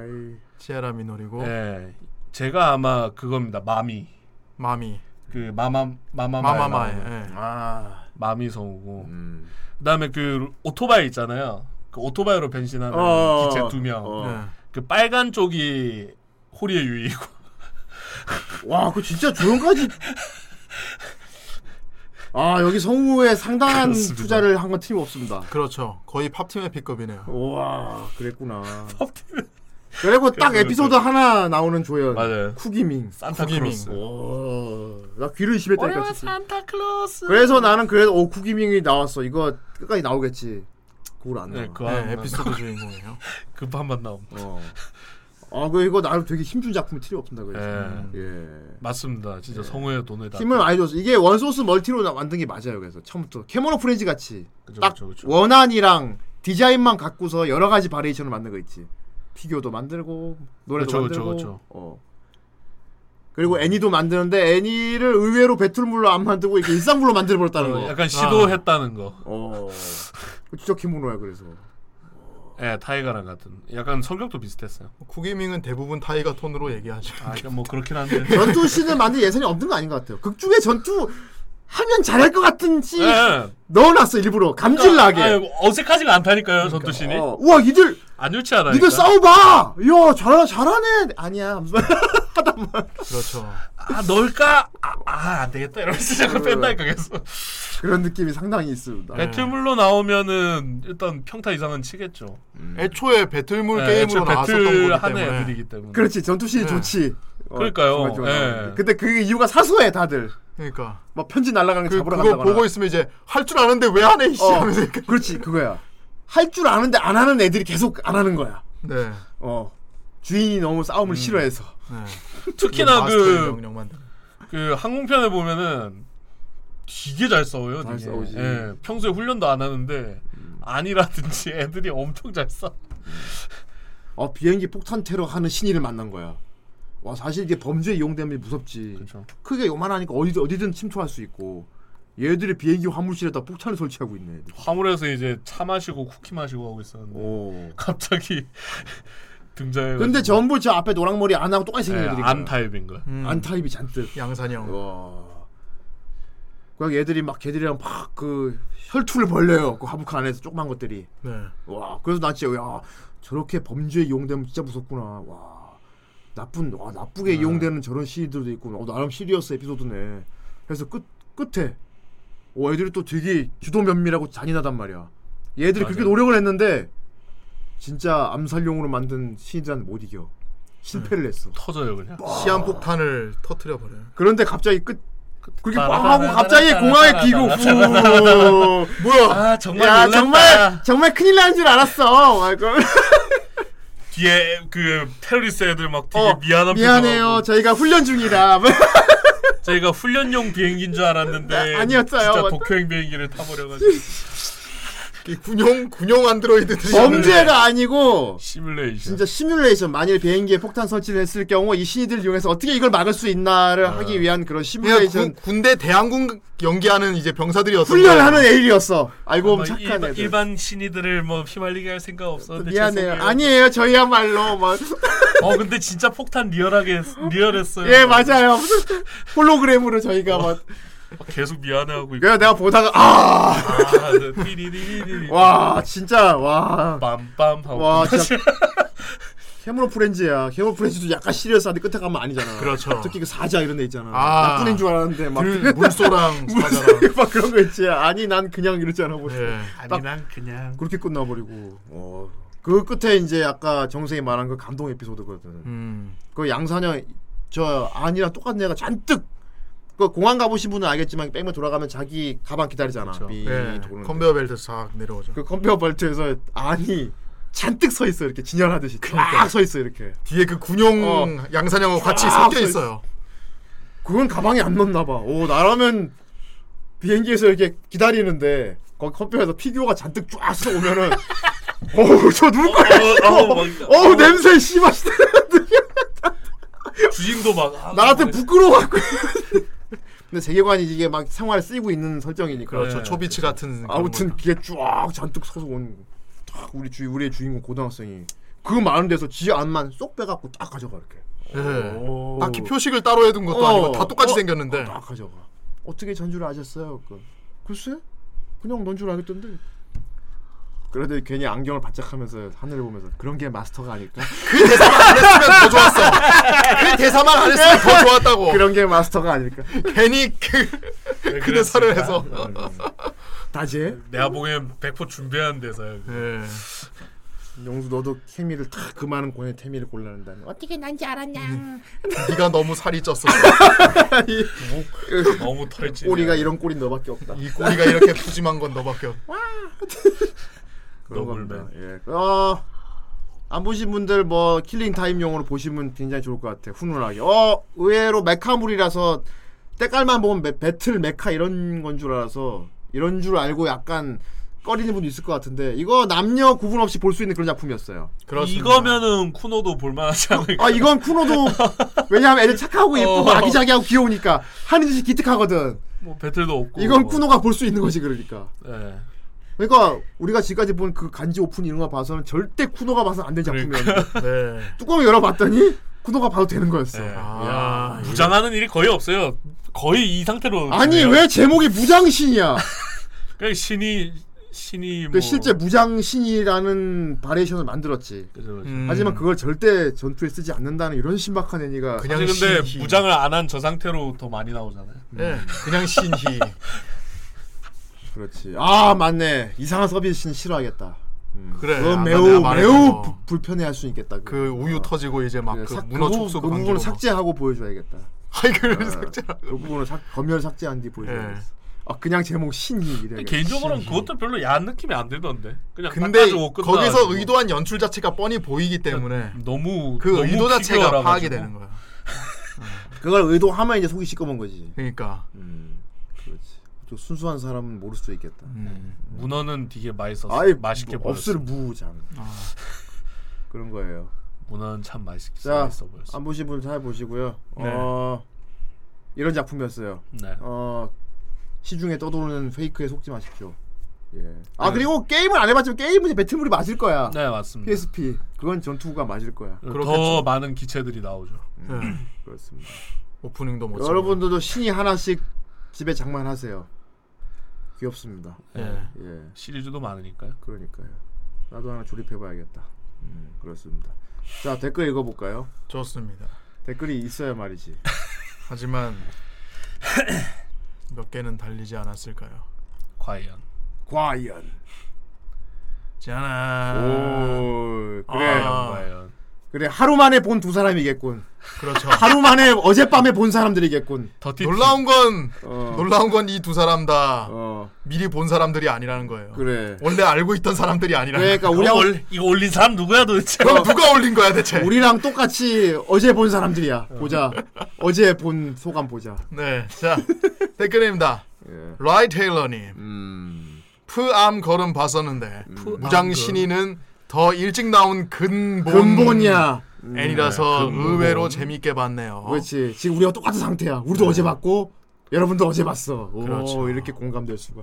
E: 치아라 미노리고.
C: 예. 제가 아마 그겁니다. 마미.
E: 마미. 예.
C: 그 마마 마마
E: 마마마의,
C: 아. 마미 성우고. 그다음에 그 오토바이 있잖아요. 그 오토바이로 변신하는
H: 어,
C: 기체 두 명.
H: 어. 네.
C: 그 빨간 쪽이 호리의 유이고.
H: 와, 그 진짜 조용까지. 아 여기 성우에 상당한
E: 그렇습니다.
H: 투자를 한 건 틀림없습니다.
E: 그렇죠. 거의 팝팀의 B급이네요.
H: 와, 그랬구나. 그리고 딱
E: 그래서-
H: 에피소드 하나 나오는 조연.
C: 맞아요.
H: 쿠기밍.
C: 산타크로스.
H: 오, 나 귀를 심했다니까. 진짜.
C: 산타클로스.
H: 그래서 나는 그래도 오 쿠기밍이 나왔어. 이거 끝까지 나오겠지. 그걸 안 나와.
C: 네, 그 안에
E: 에피소드 주인공이에요.
C: 급한만 나옴.
H: 어. 아, 그 이거 나름 되게 힘준 작품이 틀림없습니다. 그래서. 음.
C: 예. 맞습니다. 진짜 성우의 돈을 다
H: 힘을 많이 줬어. 이게 원소스 멀티로 나- 만든 게 맞아요. 그래서 처음부터 캐모노 프렌즈 같이 딱
C: 그쵸, 그쵸.
H: 원안이랑 디자인만 갖고서 여러 가지 바리에이션을 만든 거 있지. 피규어도 만들고 노래도
C: 그쵸, 그쵸,
H: 만들고.
C: 그쵸.
H: 어. 그리고 애니도 만드는데 애니를 의외로 배틀물로 안 만들고 이게 일상물로 만들어 버렸다는 거.
C: 약간 시도했다는 거.
H: 어. 그 진짜 키모노야 그래서.
C: 예, 타이가랑 같은. 약간 성격도 비슷했어요.
E: 쿠기밍은 대부분 타이가 톤으로 얘기하죠.
C: 아, 그러니까 뭐 그렇긴 한데.
H: 전투 씬을 만들 예산이 없는 거 아닌 것 같아요. 극 중에 전투 하면 잘할 것 같은 씬
C: 예.
H: 넣어놨어 일부러 감질나게.
C: 아, 어색하지가 않다니까요, 전투 씬이. 그러니까.
H: 어, 우와, 이들
C: 안 좋지 않아요.
H: 니들 싸워봐. 야, 잘 잘하네. 아니야. 하면서
E: 그렇죠.
C: 아, 넣을까? 아, 아, 안 되겠다. 이러면서 자꾸 뺀다니까 계속.
H: 그런 느낌이 상당히 있습니다.
C: 배틀물로 나오면은 일단 평타 이상은 치겠죠.
E: 애초에 배틀물
C: 예,
E: 그 게임으로
C: 음. 애초에
E: 나왔었던
C: 배틀
E: 거기
C: 하는
E: 때문에.
C: 애들이기 때문에.
H: 그렇지 전투신이
E: 네.
H: 좋지.
C: 그러니까요.
H: 중간중간
C: 예.
H: 나오는데. 근데 그 이유가 사소해 다들.
E: 그러니까.
H: 막 편지 날라가는 거
E: 그,
H: 잡으러
E: 그거
H: 간다거나.
E: 보고 있으면 이제 할 줄 아는데 왜 안 해? 이씨
H: 어,
E: 하면서.
H: 그렇지 그거야. 할 줄 아는데 안 하는 애들이 계속 안 하는 거야.
E: 네.
H: 어 주인이 너무 싸움을 싫어해서.
C: 특히나
E: 마스터의
C: 그,
E: 명령 만드는.
C: 그 항공편에 보면은 되게 잘 싸워요.
H: 잘
C: 되게.
H: 싸우지.
C: 예, 평소에 훈련도 안 하는데 아니라든지 애들이 엄청 잘 싸.
H: 어 비행기 폭탄 테러 하는 신이를 만난 거야. 와 사실 이게 범죄에 이용되면 무섭지. 크게 요만하니까 어디 어디든 침투할 수 있고. 얘들이 비행기 화물실에다 폭탄을 설치하고 있네. 애들.
C: 화물에서 이제 차 마시고 쿠키 마시고 하고 있었는데 갑자기 등장해.
H: 근데 전부 저 앞에 노랑머리 안 하고 똑같이 생긴
C: 예,
H: 애들이 음.
C: 안 타입인 거야.
H: 안 타입이 잔뜩. 어.
E: 양산형.
H: 와. 그 얘들이 막 걔들이랑 막 그 혈투를 벌려요. 그 화북한 안에서 조그만 것들이.
E: 네.
H: 와. 그래서 나 진짜 야 저렇게 범죄에 이용되면 진짜 무섭구나. 와. 나쁜 와 나쁘게 이용되는 저런 시리들도 있고. 어, 나름 시리어스 에피소드네. 그래서 끝 끝에 어 애들이 또 되게 주도 면밀하고 잔인하단 말이야. 얘들이 그렇게
C: 맞아요.
H: 노력을 했는데 진짜 암살용으로 만든 시인들한테 못 이겨. 실패를 했어.
C: 터져요 그냥.
E: 시한폭탄을 터트려 버려요.
H: 그런데 갑자기 끝 그렇게 막 하고 갑자기 공항에 비고 후.
E: 뭐야?
C: 아 정말
H: 야,
C: 놀랐다.
H: 정말 정말 큰일 나는 줄 알았어. 막 이거.
C: 뒤에 그 테러리스트 애들 막 되게 미안한
H: 어, 미안해요. 저희가 훈련 중이라.
C: 표정. 저희가 훈련용 비행기인 줄 알았는데
H: 아니었어요.
C: 진짜
H: 맞다.
C: 독행 비행기를 타버려가지고
E: 이 군용 군용 안드로이드들이
H: 범죄가 아니고
C: 시뮬레이션.
H: 진짜 시뮬레이션 만일 비행기에 폭탄 설치를 했을 경우 이 신이들 이용해서 어떻게 이걸 막을 수 있나를 하기 위한 그런 시뮬레이션
E: 군대 대항군 연기하는 이제 병사들이었어.
H: 훈련하는 애들이었어. 알고
C: 아마
H: 보면
C: 뭐
H: 착한
C: 일반,
H: 애들.
C: 일반 신이들을 뭐 휘말리게 할 생각 없었는데
H: 미안해요.
C: 죄송해요.
H: 아니에요. 저희야말로 뭐. 막
C: 어 근데 진짜 폭탄 리얼하게 리얼했어요.
H: 예, 맞아요. 무슨 홀로그램으로 저희가 막
C: 막 계속 미안해하고 있고.
H: 그냥 내가 보다가 아!
C: 아, 네. 삐리리리리리.
H: 와, 진짜 와.
C: 빰빰 하고
H: 와, 진짜 캐모노 프렌즈야. 캐모노 프렌즈도 약간 시리어스 한데 끝에 가면 아니잖아.
E: 그렇죠.
H: 특히 그 사자 이런 데 있잖아.
E: 아.
H: 나쁜 애인 줄 알았는데 막
E: 그 물- 물소랑
H: 사자랑 막 그런 네. 거 있지. 아니 난 그냥 이러잖아 보시.
E: 네.
C: 아니 난 그냥
H: 그렇게 끝나버리고. 어. 그 끝에 이제 아까 정생이 말한 그 감동 에피소드거든.
E: 음.
H: 그 양산형 저 안이랑 똑같은 애가 잔뜩 그 공항 가보신 분은 알겠지만 백만 돌아가면 자기 가방 기다리잖아. 미
E: 예,
H: 도는 데.
E: 컨베어 벨트 싹 내려오죠.
H: 그 컨베어 벨트에서 안이 잔뜩 서 있어 이렇게 진열하듯이 쫙 서 있어 이렇게.
E: 뒤에 그 군용
H: 어. 아,
E: 양산형하고 같이
H: 쫙
E: 섞여
H: 서
E: 있어요.
H: 그건 가방에 안 넣나 봐. 오 나라면 비행기에서 이렇게 기다리는데 거기 컴퓨터에서 피규어가 잔뜩 쫙 쏘면은 어우 저 누구 거야?
C: 어, 어,
H: 이거? 어우 냄새 씨발
C: 주인도 막 아,
H: 나
E: 어,
H: 같은 부끄러워 갖고. 근데 세계관이 이게 막 생활에 쓰이고 있는 설정이니까.
E: 그렇죠. 초비치 같은 그런
H: 네. 아무튼 기에 쫙 잔뜩 서서 온 딱 우리 주 우리의 주인공 고등학생이 그 많은 데서 지 안만 쏙 빼갖고 딱 가져가 이렇게.
E: 예. 딱히 표식을 따로 해둔
H: 어.
E: 것도 아니고 다 똑같이 생겼는데.
H: 딱 가져가. 어떻게 전주를 아셨어요? 그. 글쎄, 그냥 넌 줄 알겠던데. 그래도 괜히 안경을 바짝하면서 하늘을 보면서 그런 게 마스터가 아닐까?
E: 그 대사만 안 했으면 더 좋았어. 그 대사만 안 했으면 더 좋았다고.
H: 네. 그런 게 마스터가 아닐까?
E: 괜히 그, 그 대사를 해서
H: 다지?
C: 네, 내가 보기엔 백포 준비한 데서요.
H: 영수 너도 케미를 탁 그만한 고뇌 태미를 골라낸다는 어떻게 난지 알았냐?
E: 네가 너무 살이 쪘어.
C: 너무, 너무 네. 털지.
H: 꼬리가 이런 꼬리 너밖에 없다.
E: 이 꼬리가 이렇게 푸짐한 건 너밖에 없.
H: 그런
C: 너굴맨.
H: 겁니다. 예. 어, 안 보신 분들 뭐 킬링 타임용으로 보시면 굉장히 좋을 것 같아요. 훈훈하게. 어, 의외로 메카물이라서 때깔만 보면 메- 배틀 메카 이런 건 줄 알아서 이런 줄 알고 약간 꺼리는 분도 있을 것 같은데 이거 남녀 구분 없이 볼 수 있는 그런 작품이었어요.
C: 이거면은 쿠노도 볼만하지 않을까?
H: 아 이건 쿠노도 왜냐하면 애들 착하고 예쁘고 아기자기하고 귀여우니까 하는 짓이 기특하거든.
C: 뭐 배틀도 없고.
H: 이건
C: 뭐.
H: 쿠노가 볼 수 있는 거지 그러니까.
C: 예.
H: 그러니까 우리가 지금까지 본 그 간지 오픈 이런 거 봐서는 절대 쿠노가 봐서 안 된 작품이었는데
E: 네.
H: 뚜껑을 열어봤더니 쿠노가 봐도 되는 거였어.
C: 예. 야, 무장하는 일이 거의 없어요. 거의 이 상태로.
H: 아니
E: 네.
C: 그냥-
H: 왜 제목이 무장신이야?
C: 그냥 신이 신이
E: 그러니까
H: 그
C: 뭐
H: 실제 무장신이라는 바리에이션을 만들었지.
C: 음.
H: 하지만 그걸 절대 전투에 쓰지 않는다는 이런 신박한 애니가
C: 그냥 근데 무장을 안 한 저 상태로 더 많이 나오잖아요.
E: 예. 그냥 신희.
H: 그렇지. 아 맞네. 이상한 서비스는 싫어하겠다. 음.
E: 그래.
H: 그건
E: 네, 아까
H: 매우
E: 내가 말했던
H: 매우
E: 거.
H: 부- 불편해할 수 있겠다. 그거.
E: 그 우유 터지고 이제 막
H: 그래,
E: 그
H: 삭-
E: 문어
H: 그 부-
E: 축소
H: 그 부분을 삭제하고 보여줘야겠다.
E: 아이그 음.
H: 그 부분을 삭, 검열 삭제한 뒤 보여줘야겠어.
E: 네.
H: 아 그냥 제목 신이 이래.
C: 개인적으로는 그것도 별로 야한 느낌이 안 들던데. 그냥
E: 근데
C: 닦아주고 끝나.
E: 거기서 의도한 연출 자체가 뻔히 보이기 때문에
H: 네.
C: 너무
E: 그
C: 너무
E: 의도 자체가
C: 피규어라
E: 파악이
C: 가지고.
E: 되는 거야.
H: 그걸 의도하면 이제 속이 시꺼먼 거지.
E: 그러니까
H: 음, 그렇지. 또 순수한 사람은 모를 수 있겠다.
E: 음,
H: 네.
C: 문어는 되게 음. 맛있었어.
H: 아이
C: 맛있게
H: 뭐,
C: 보였어. 아.
H: 없을 무장. 그런 거예요.
C: 문어는 참 맛있게
H: 자,
C: 맛있어 보였어.
E: 아,
H: 안 보신 분잘 보시고요.
C: 네.
H: 어, 이런 작품이었어요.
C: 네.
H: 어, 시중에 떠도는 페이크에 속지 마십시오. 예. 아 그리고 게임을 안 해봤지만 게임은 배틀물이 맞을
E: 아,
H: 거야.
C: 네 맞습니다.
H: PSP 그건 전투가 맞을 거야.
C: 더 많은 기체들이 나오죠.
H: 그렇습니다.
E: 오프닝도
C: 어,
E: 멋지고
H: 여러분들도 신이 하나씩 집에 장만하세요. 귀엽습니다.
E: 네,
C: 예.
H: 예.
C: 시리즈도 많으니까요.
H: 그러니까요. 나도 하나 조립해봐야겠다. 음, 그렇습니다. 자 댓글 읽어볼까요?
E: 좋습니다.
H: 댓글이 있어야 말이지.
E: 하지만 몇 개는 달리지 않았을까요?
C: 과연.
H: 과연.
E: 짠.
H: 오 그래.
E: 아.
C: 어. 과연.
H: 그래 하루 만에 본 두 사람이겠군.
E: 그렇죠.
H: 하루 만에 어젯밤에 본 사람들이겠군.
E: 놀라운 건
H: 어.
E: 놀라운 건 이 두 사람 다
H: 어.
E: 미리 본 사람들이 아니라는 거예요.
H: 그래.
E: 원래 알고 있던 사람들이 아니라는.
H: 그러니까
E: 거예요.
H: 우리하고-
Q: 이거 올린 사람 누구야 도대체?
E: 그럼 누가 올린 거야 대체?
H: 우리랑 똑같이 어제 본 사람들이야. 보자. 어제 본 소감 보자.
E: 네, 자 댓글입니다.
H: 예.
E: 라이 테일러님, 푸암 걸음 봤었는데
H: 음. 푸암
E: 무장
H: 걸음.
E: 신인은 더 일찍 나온 근본
H: 근본이야. 음.
E: 애니라서
H: 네, 근본.
E: 의외로 재밌게 봤네요.
H: 그렇지. 지금 우리가 똑같은 상태야. 우리도 어제 봤고 여러분도 어제 봤어. 오,
E: 네. 그렇죠.
H: 이렇게 공감될 수가.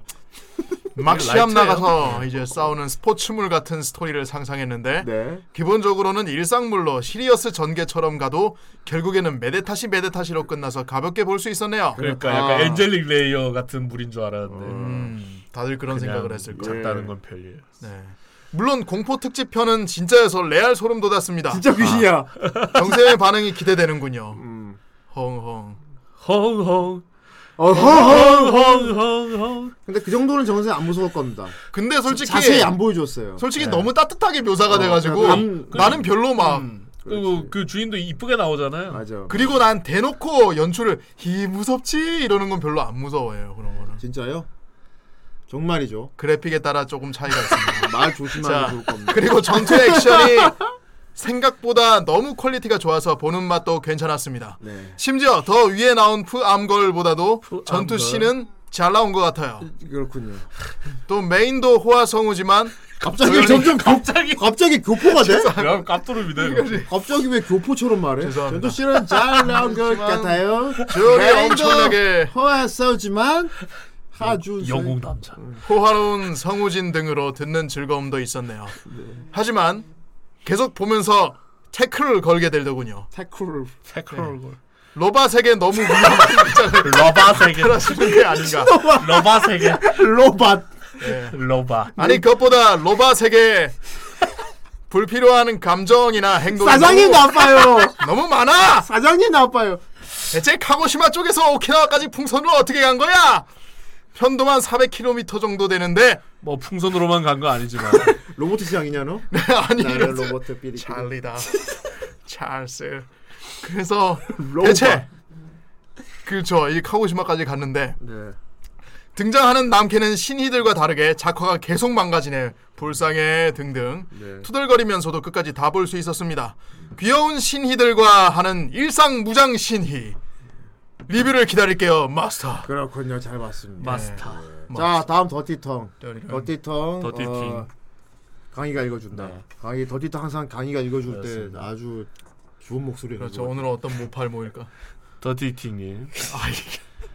E: 막 시합
H: 라이트예요.
E: 나가서 이제 싸우는 스포츠물 같은 스토리를 상상했는데
H: 네.
E: 기본적으로는 일상물로 시리어스 전개처럼 가도 결국에는 메데타시 메데타시로 끝나서 가볍게 볼 수 있었네요.
Q: 그러니까
E: 아.
Q: 약간 엔젤릭 레이어 같은 물인 줄 알았는데
E: 어. 다들 그런 생각을 했을 거예요.
Q: 작다는 건 별일.
E: 네. 물론 공포 특집 편은 진짜여서 레알 소름 돋았습니다.
H: 진짜 귀신이야.
E: 정세의 반응이 기대되는군요.
H: 음.
E: 헝헝.
Q: 헝헝.
H: 어허허허허허. 근데 그 정도는 정세 안 무서울 겁니다.
E: 근데 솔직히
H: 자- 자세히 안 보여줬어요.
E: 솔직히
H: 네.
E: 너무 따뜻하게 묘사가
H: 어, 음.
E: 돼가지고
H: 남-
E: 나는 별로 막
Q: 그리고 그 주인도 이쁘게 나오잖아요.
H: 맞아.
E: 그리고 난 대놓고 연출을 이 무섭지 이러는 건 별로 안 무서워해요 그런 거는.
H: 진짜요? 정말이죠.
E: 그래픽에 따라 조금 차이가 있습니다.
H: 말 조심하면 좋을 겁니다.
E: 그리고 전투 액션이 생각보다 너무 퀄리티가 좋아서 보는 맛도 괜찮았습니다.
H: 네.
E: 심지어 더 위에 나온 푸암걸보다도 전투 씬은 잘 나온 것 같아요.
H: 그렇군요.
E: 또 메인도 호화성우지만
H: 갑자기 점점 갑자기 갑자기 교포가 돼?
Q: 그럼 깝도를 믿어요.
H: 갑자기 왜 교포처럼 말해? 전도 씨는 잘 나온 것 같아요.
E: 저리
H: 메인도
E: 엄청나게.
H: 허와 싸우지만 하주
E: 영웅
Q: 남자.
E: 호화로운 성우진 등으로 듣는 즐거움도 있었네요. 하지만 계속 보면서 태클을 걸게 되더군요.
H: 태클을 네.
Q: 태클을 걸.
E: 로바 세계 너무 위험한 입장을
Q: 러바 세계.
E: 그러시는 게 아닌가.
Q: 러바 세계.
H: 로봇.
Q: 러바.
E: 아니 그것보다 로바 세계 불필요한 감정이나 행동
H: 사장님 나빠요.
E: 너무 많아.
H: 사장님 나빠요.
E: 대체 카고시마 쪽에서 오키나와까지 풍선으로 어떻게 간 거야? 편도만 400km 정도 되는데
Q: 뭐 풍선으로만 간 거 아니지만
H: 로봇 시장이냐 너?
E: 아니
H: 나는 로봇 삐리.
E: 찰리다. 찰스. 그래서
H: 로봇.
E: 대체 그렇죠 이 카고시마까지 갔는데
H: 네.
E: 등장하는 남캐는 신이들과 다르게 작화가 계속 망가지네 불쌍해 등등
H: 네.
E: 투덜거리면서도 끝까지 다 볼 수 있었습니다. 귀여운 신희들과 하는 일상 무장 신희 리뷰를 기다릴게요, 마스터.
H: 그렇군요, 잘 봤습니다.
E: 마스터.
H: 네. 자 다음 더티텅
E: 더티텅.
H: 더티텅 네.
E: 더티팅.
H: 어, 강의가 읽어준다 강의 더티텅 항상 강의가 읽어줄 때 아주 좋은 목소리
E: 그렇죠. 오늘은 어떤 모팔 모일까?
Q: 더티팅님.
E: 아,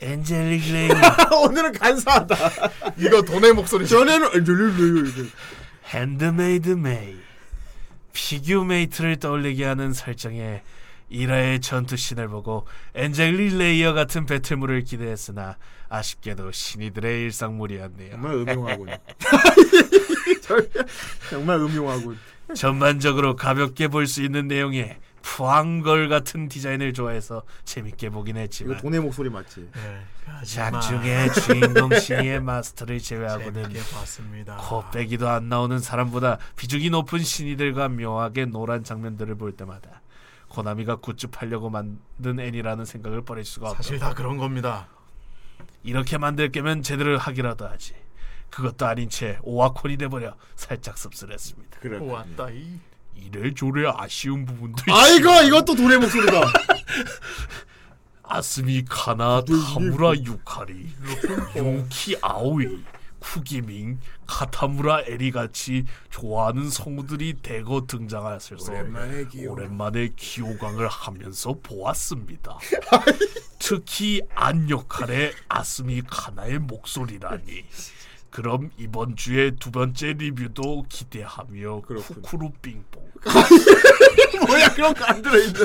E: 엔젤릭 레이.
H: 오늘은 간사하다
E: 이거 돈의 목소리.
H: 전에는 엔젤릭
C: 핸드메이드 메이 피규 메이트를 떠올리게 하는 설정의 1화의 전투 씬을 보고 엔젤리 레이어 같은 배틀물을 기대했으나 아쉽게도 신이들의 일상물이었네요.
H: 정말 음흉하군. 정말 음흉하군.
C: 전반적으로 가볍게 볼 수 있는 내용의 푸항걸 같은 디자인을 좋아해서 재밌게 보긴
H: 이거
C: 했지만
H: 돈의 아. 목소리 맞지?
E: 네,
C: 작중의 주인공 신이의 마스터를 제외하고는
E: 봤습니다.
C: 코 빼기도 안 나오는 사람보다 비중이 높은 신이들과 묘하게 노란 장면들을 볼 때마다 코나미가 굿즈 팔려고 만든 애니라는 생각을 버릴 수가 없다.
E: 사실 다 그런 겁니다.
C: 이렇게 만들 게면 제대로 하기라도 하지. 그것도 아닌 채 오와콘이 돼버려 살짝 씁쓸했습니다.
H: 그래.
E: 왔다 이.
C: 이래저래 아쉬운 부분도
H: 아이고 이것도 돈의 목소리다.
C: 아스미카나
Q: 네, 뭐
C: 타무라 유카리 유키 아오이 쿠기밍 카타무라 에리 같이 좋아하는 성우들이 대거 등장하셔서
H: 오랜만에 기호.
C: 오랜만에 기호강을 하면서 보았습니다. 특히 안 역할의 아스미카나의 목소리라니. 그럼 이번 주에 두 번째 리뷰도 기대하며 쿠쿠루 빙봉.
H: 뭐야 그런 거 안 들어있는.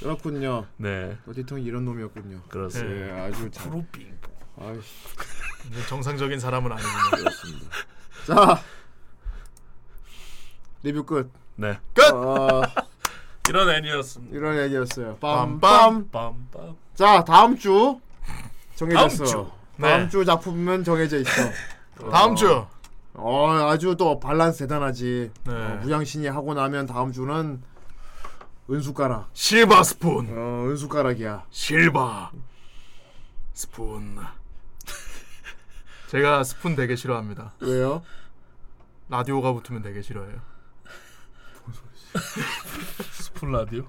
H: 그렇군요.
C: 네.
H: 더티텅 이런 놈이었군요.
C: 그렇습니다.
H: 예,
Q: 네.
H: 아주 잘.
C: 프로빙.
H: 아이씨.
E: 정상적인 사람은 아니군요.
H: 그렇습니다. 자 리뷰 끝. 어,
C: 네.
E: 끝.
Q: 이런 애니였습니다.
H: 이런 얘기였어요. 빰빰.
Q: 빰빰빰빰.
H: 자 다음 주 정해졌어.
E: 다음 주.
H: 다음
E: 네.
H: 주 작품은 정해져 있어.
E: 다음 주
H: 어 아주 또 밸런스 대단하지.
E: 네.
H: 어, 무장신이 하고 나면 다음 주는 은숟가락.
E: 실버 스푼.
H: 어 은숟가락이야.
E: 실버 스푼. 제가 스푼 되게 싫어합니다.
H: 왜요?
E: 라디오가 붙으면 되게 싫어해요.
C: 스푼 라디오?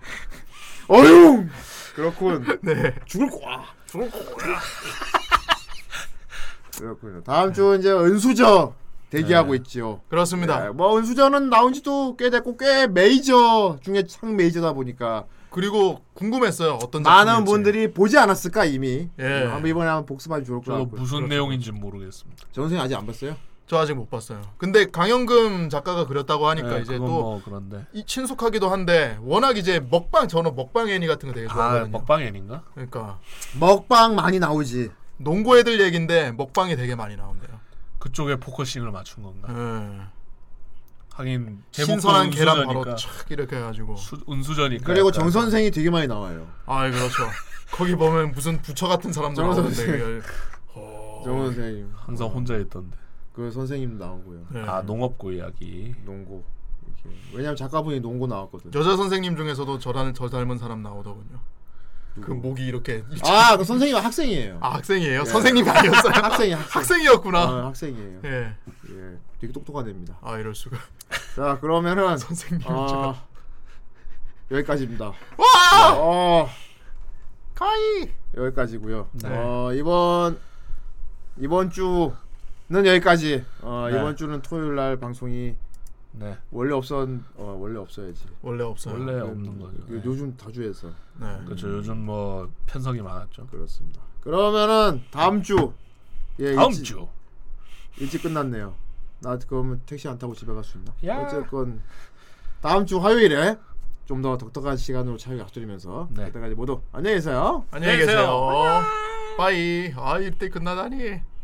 H: 어휴. 그렇군.
E: 네.
H: 죽을 거야.
C: 죽을 거야.
H: 그렇군요. 다음 주 이제 은수저 대기하고
E: 네.
H: 있지요.
E: 그렇습니다.
H: 네, 뭐 은수저는 나온 지도 꽤 됐고 꽤 메이저 중에 상 메이저다 보니까
E: 그리고 궁금했어요. 어떤
H: 많은
E: 작품일지.
H: 분들이 보지 않았을까 이미.
E: 예.
H: 어, 한번 이번에 한번 복습하면 좋을 것
C: 저도
H: 같고요.
C: 무슨 내용인지 모르겠습니다.
H: 정선생 아직 안 봤어요?
E: 저 아직 못 봤어요. 근데 강영금 작가가 그렸다고 하니까
H: 네,
C: 예,
E: 그러니까 이제
C: 그건
E: 또
C: 뭐 그런데.
E: 이 친숙하기도 한데 워낙 이제 먹방 저는 먹방 애니 같은 거 되게 좋아하거든요.
C: 뭐
E: 뭐.
C: 먹방 애니인가?
E: 그러니까
H: 먹방 많이 나오지.
E: 농구 애들 얘긴데 먹방이 되게 많이 나온대요. 예.
C: 그쪽에 포커싱을 맞춘 건가? 하긴 제목도
E: 음. 신선한 계란
C: 운수저니까.
E: 바로 착 이렇게 해가지고
C: 수- 운수저니까.
H: 그리고
C: 약간.
H: 정 선생이 되게 많이 나와요.
E: 아 그렇죠. 거기 보면 무슨 부처 같은 사람도
H: 정
E: 나오는데
H: 선생.
E: 어, 네.
H: 정 선생님.
C: 항상 혼자 있던데.
H: 그 선생님 나오고요.
E: 네.
C: 아 농업고 이야기.
H: 농고. 이렇게. 왜냐면 작가분이 농고 나왔거든요.
E: 여자 선생님 중에서도 저라는 저 닮은 사람 나오더군요. 그 목이 이렇게
H: 아, 그 선생님 학생이에요.
E: 아, 학생이에요?
C: 네.
H: 예.
E: 선생님이 아니었어요?
H: 학생이 학생.
E: 학생이었구나.
C: 아.
H: 어, 학생이에요.
E: 예.
H: 예. 되게 똑똑한 애입니다.
E: 아 이럴 수가.
H: 자, 그러면은
E: 선생님.
H: 아, 여기까지입니다.
E: 와!
H: 어,
E: 가이.
H: 여기까지고요.
E: 네.
H: 어, 이번 이번 주는 여기까지. 어,
E: 네.
H: 이번 주는 토요일 날 방송이
C: 네.
H: 원래 없었 어, 원래 없어야지.
E: 원래 없어요.
C: 원래 없는 거죠.
H: 요- 요즘 다주에서.
E: 네.
C: 그렇죠. 요즘 뭐 편성이 많았죠.
H: 그렇습니다. 그러면은 다음 주.
E: 그
H: 예,
C: 다음
H: 일찍-
C: 주.
H: 일찍 끝났네요. 나 그러면 택시 안 타고 집에 갈 수 있나?
C: 야.
H: 어쨌건 다음 주 화요일에 좀 더 독특한 시간으로 차이 약속드리면서
E: 네.
H: 그때까지 모두 네, 안녕히 계세요.
E: 안녕히 계세요. 빠이. 아 이때 끝나다니.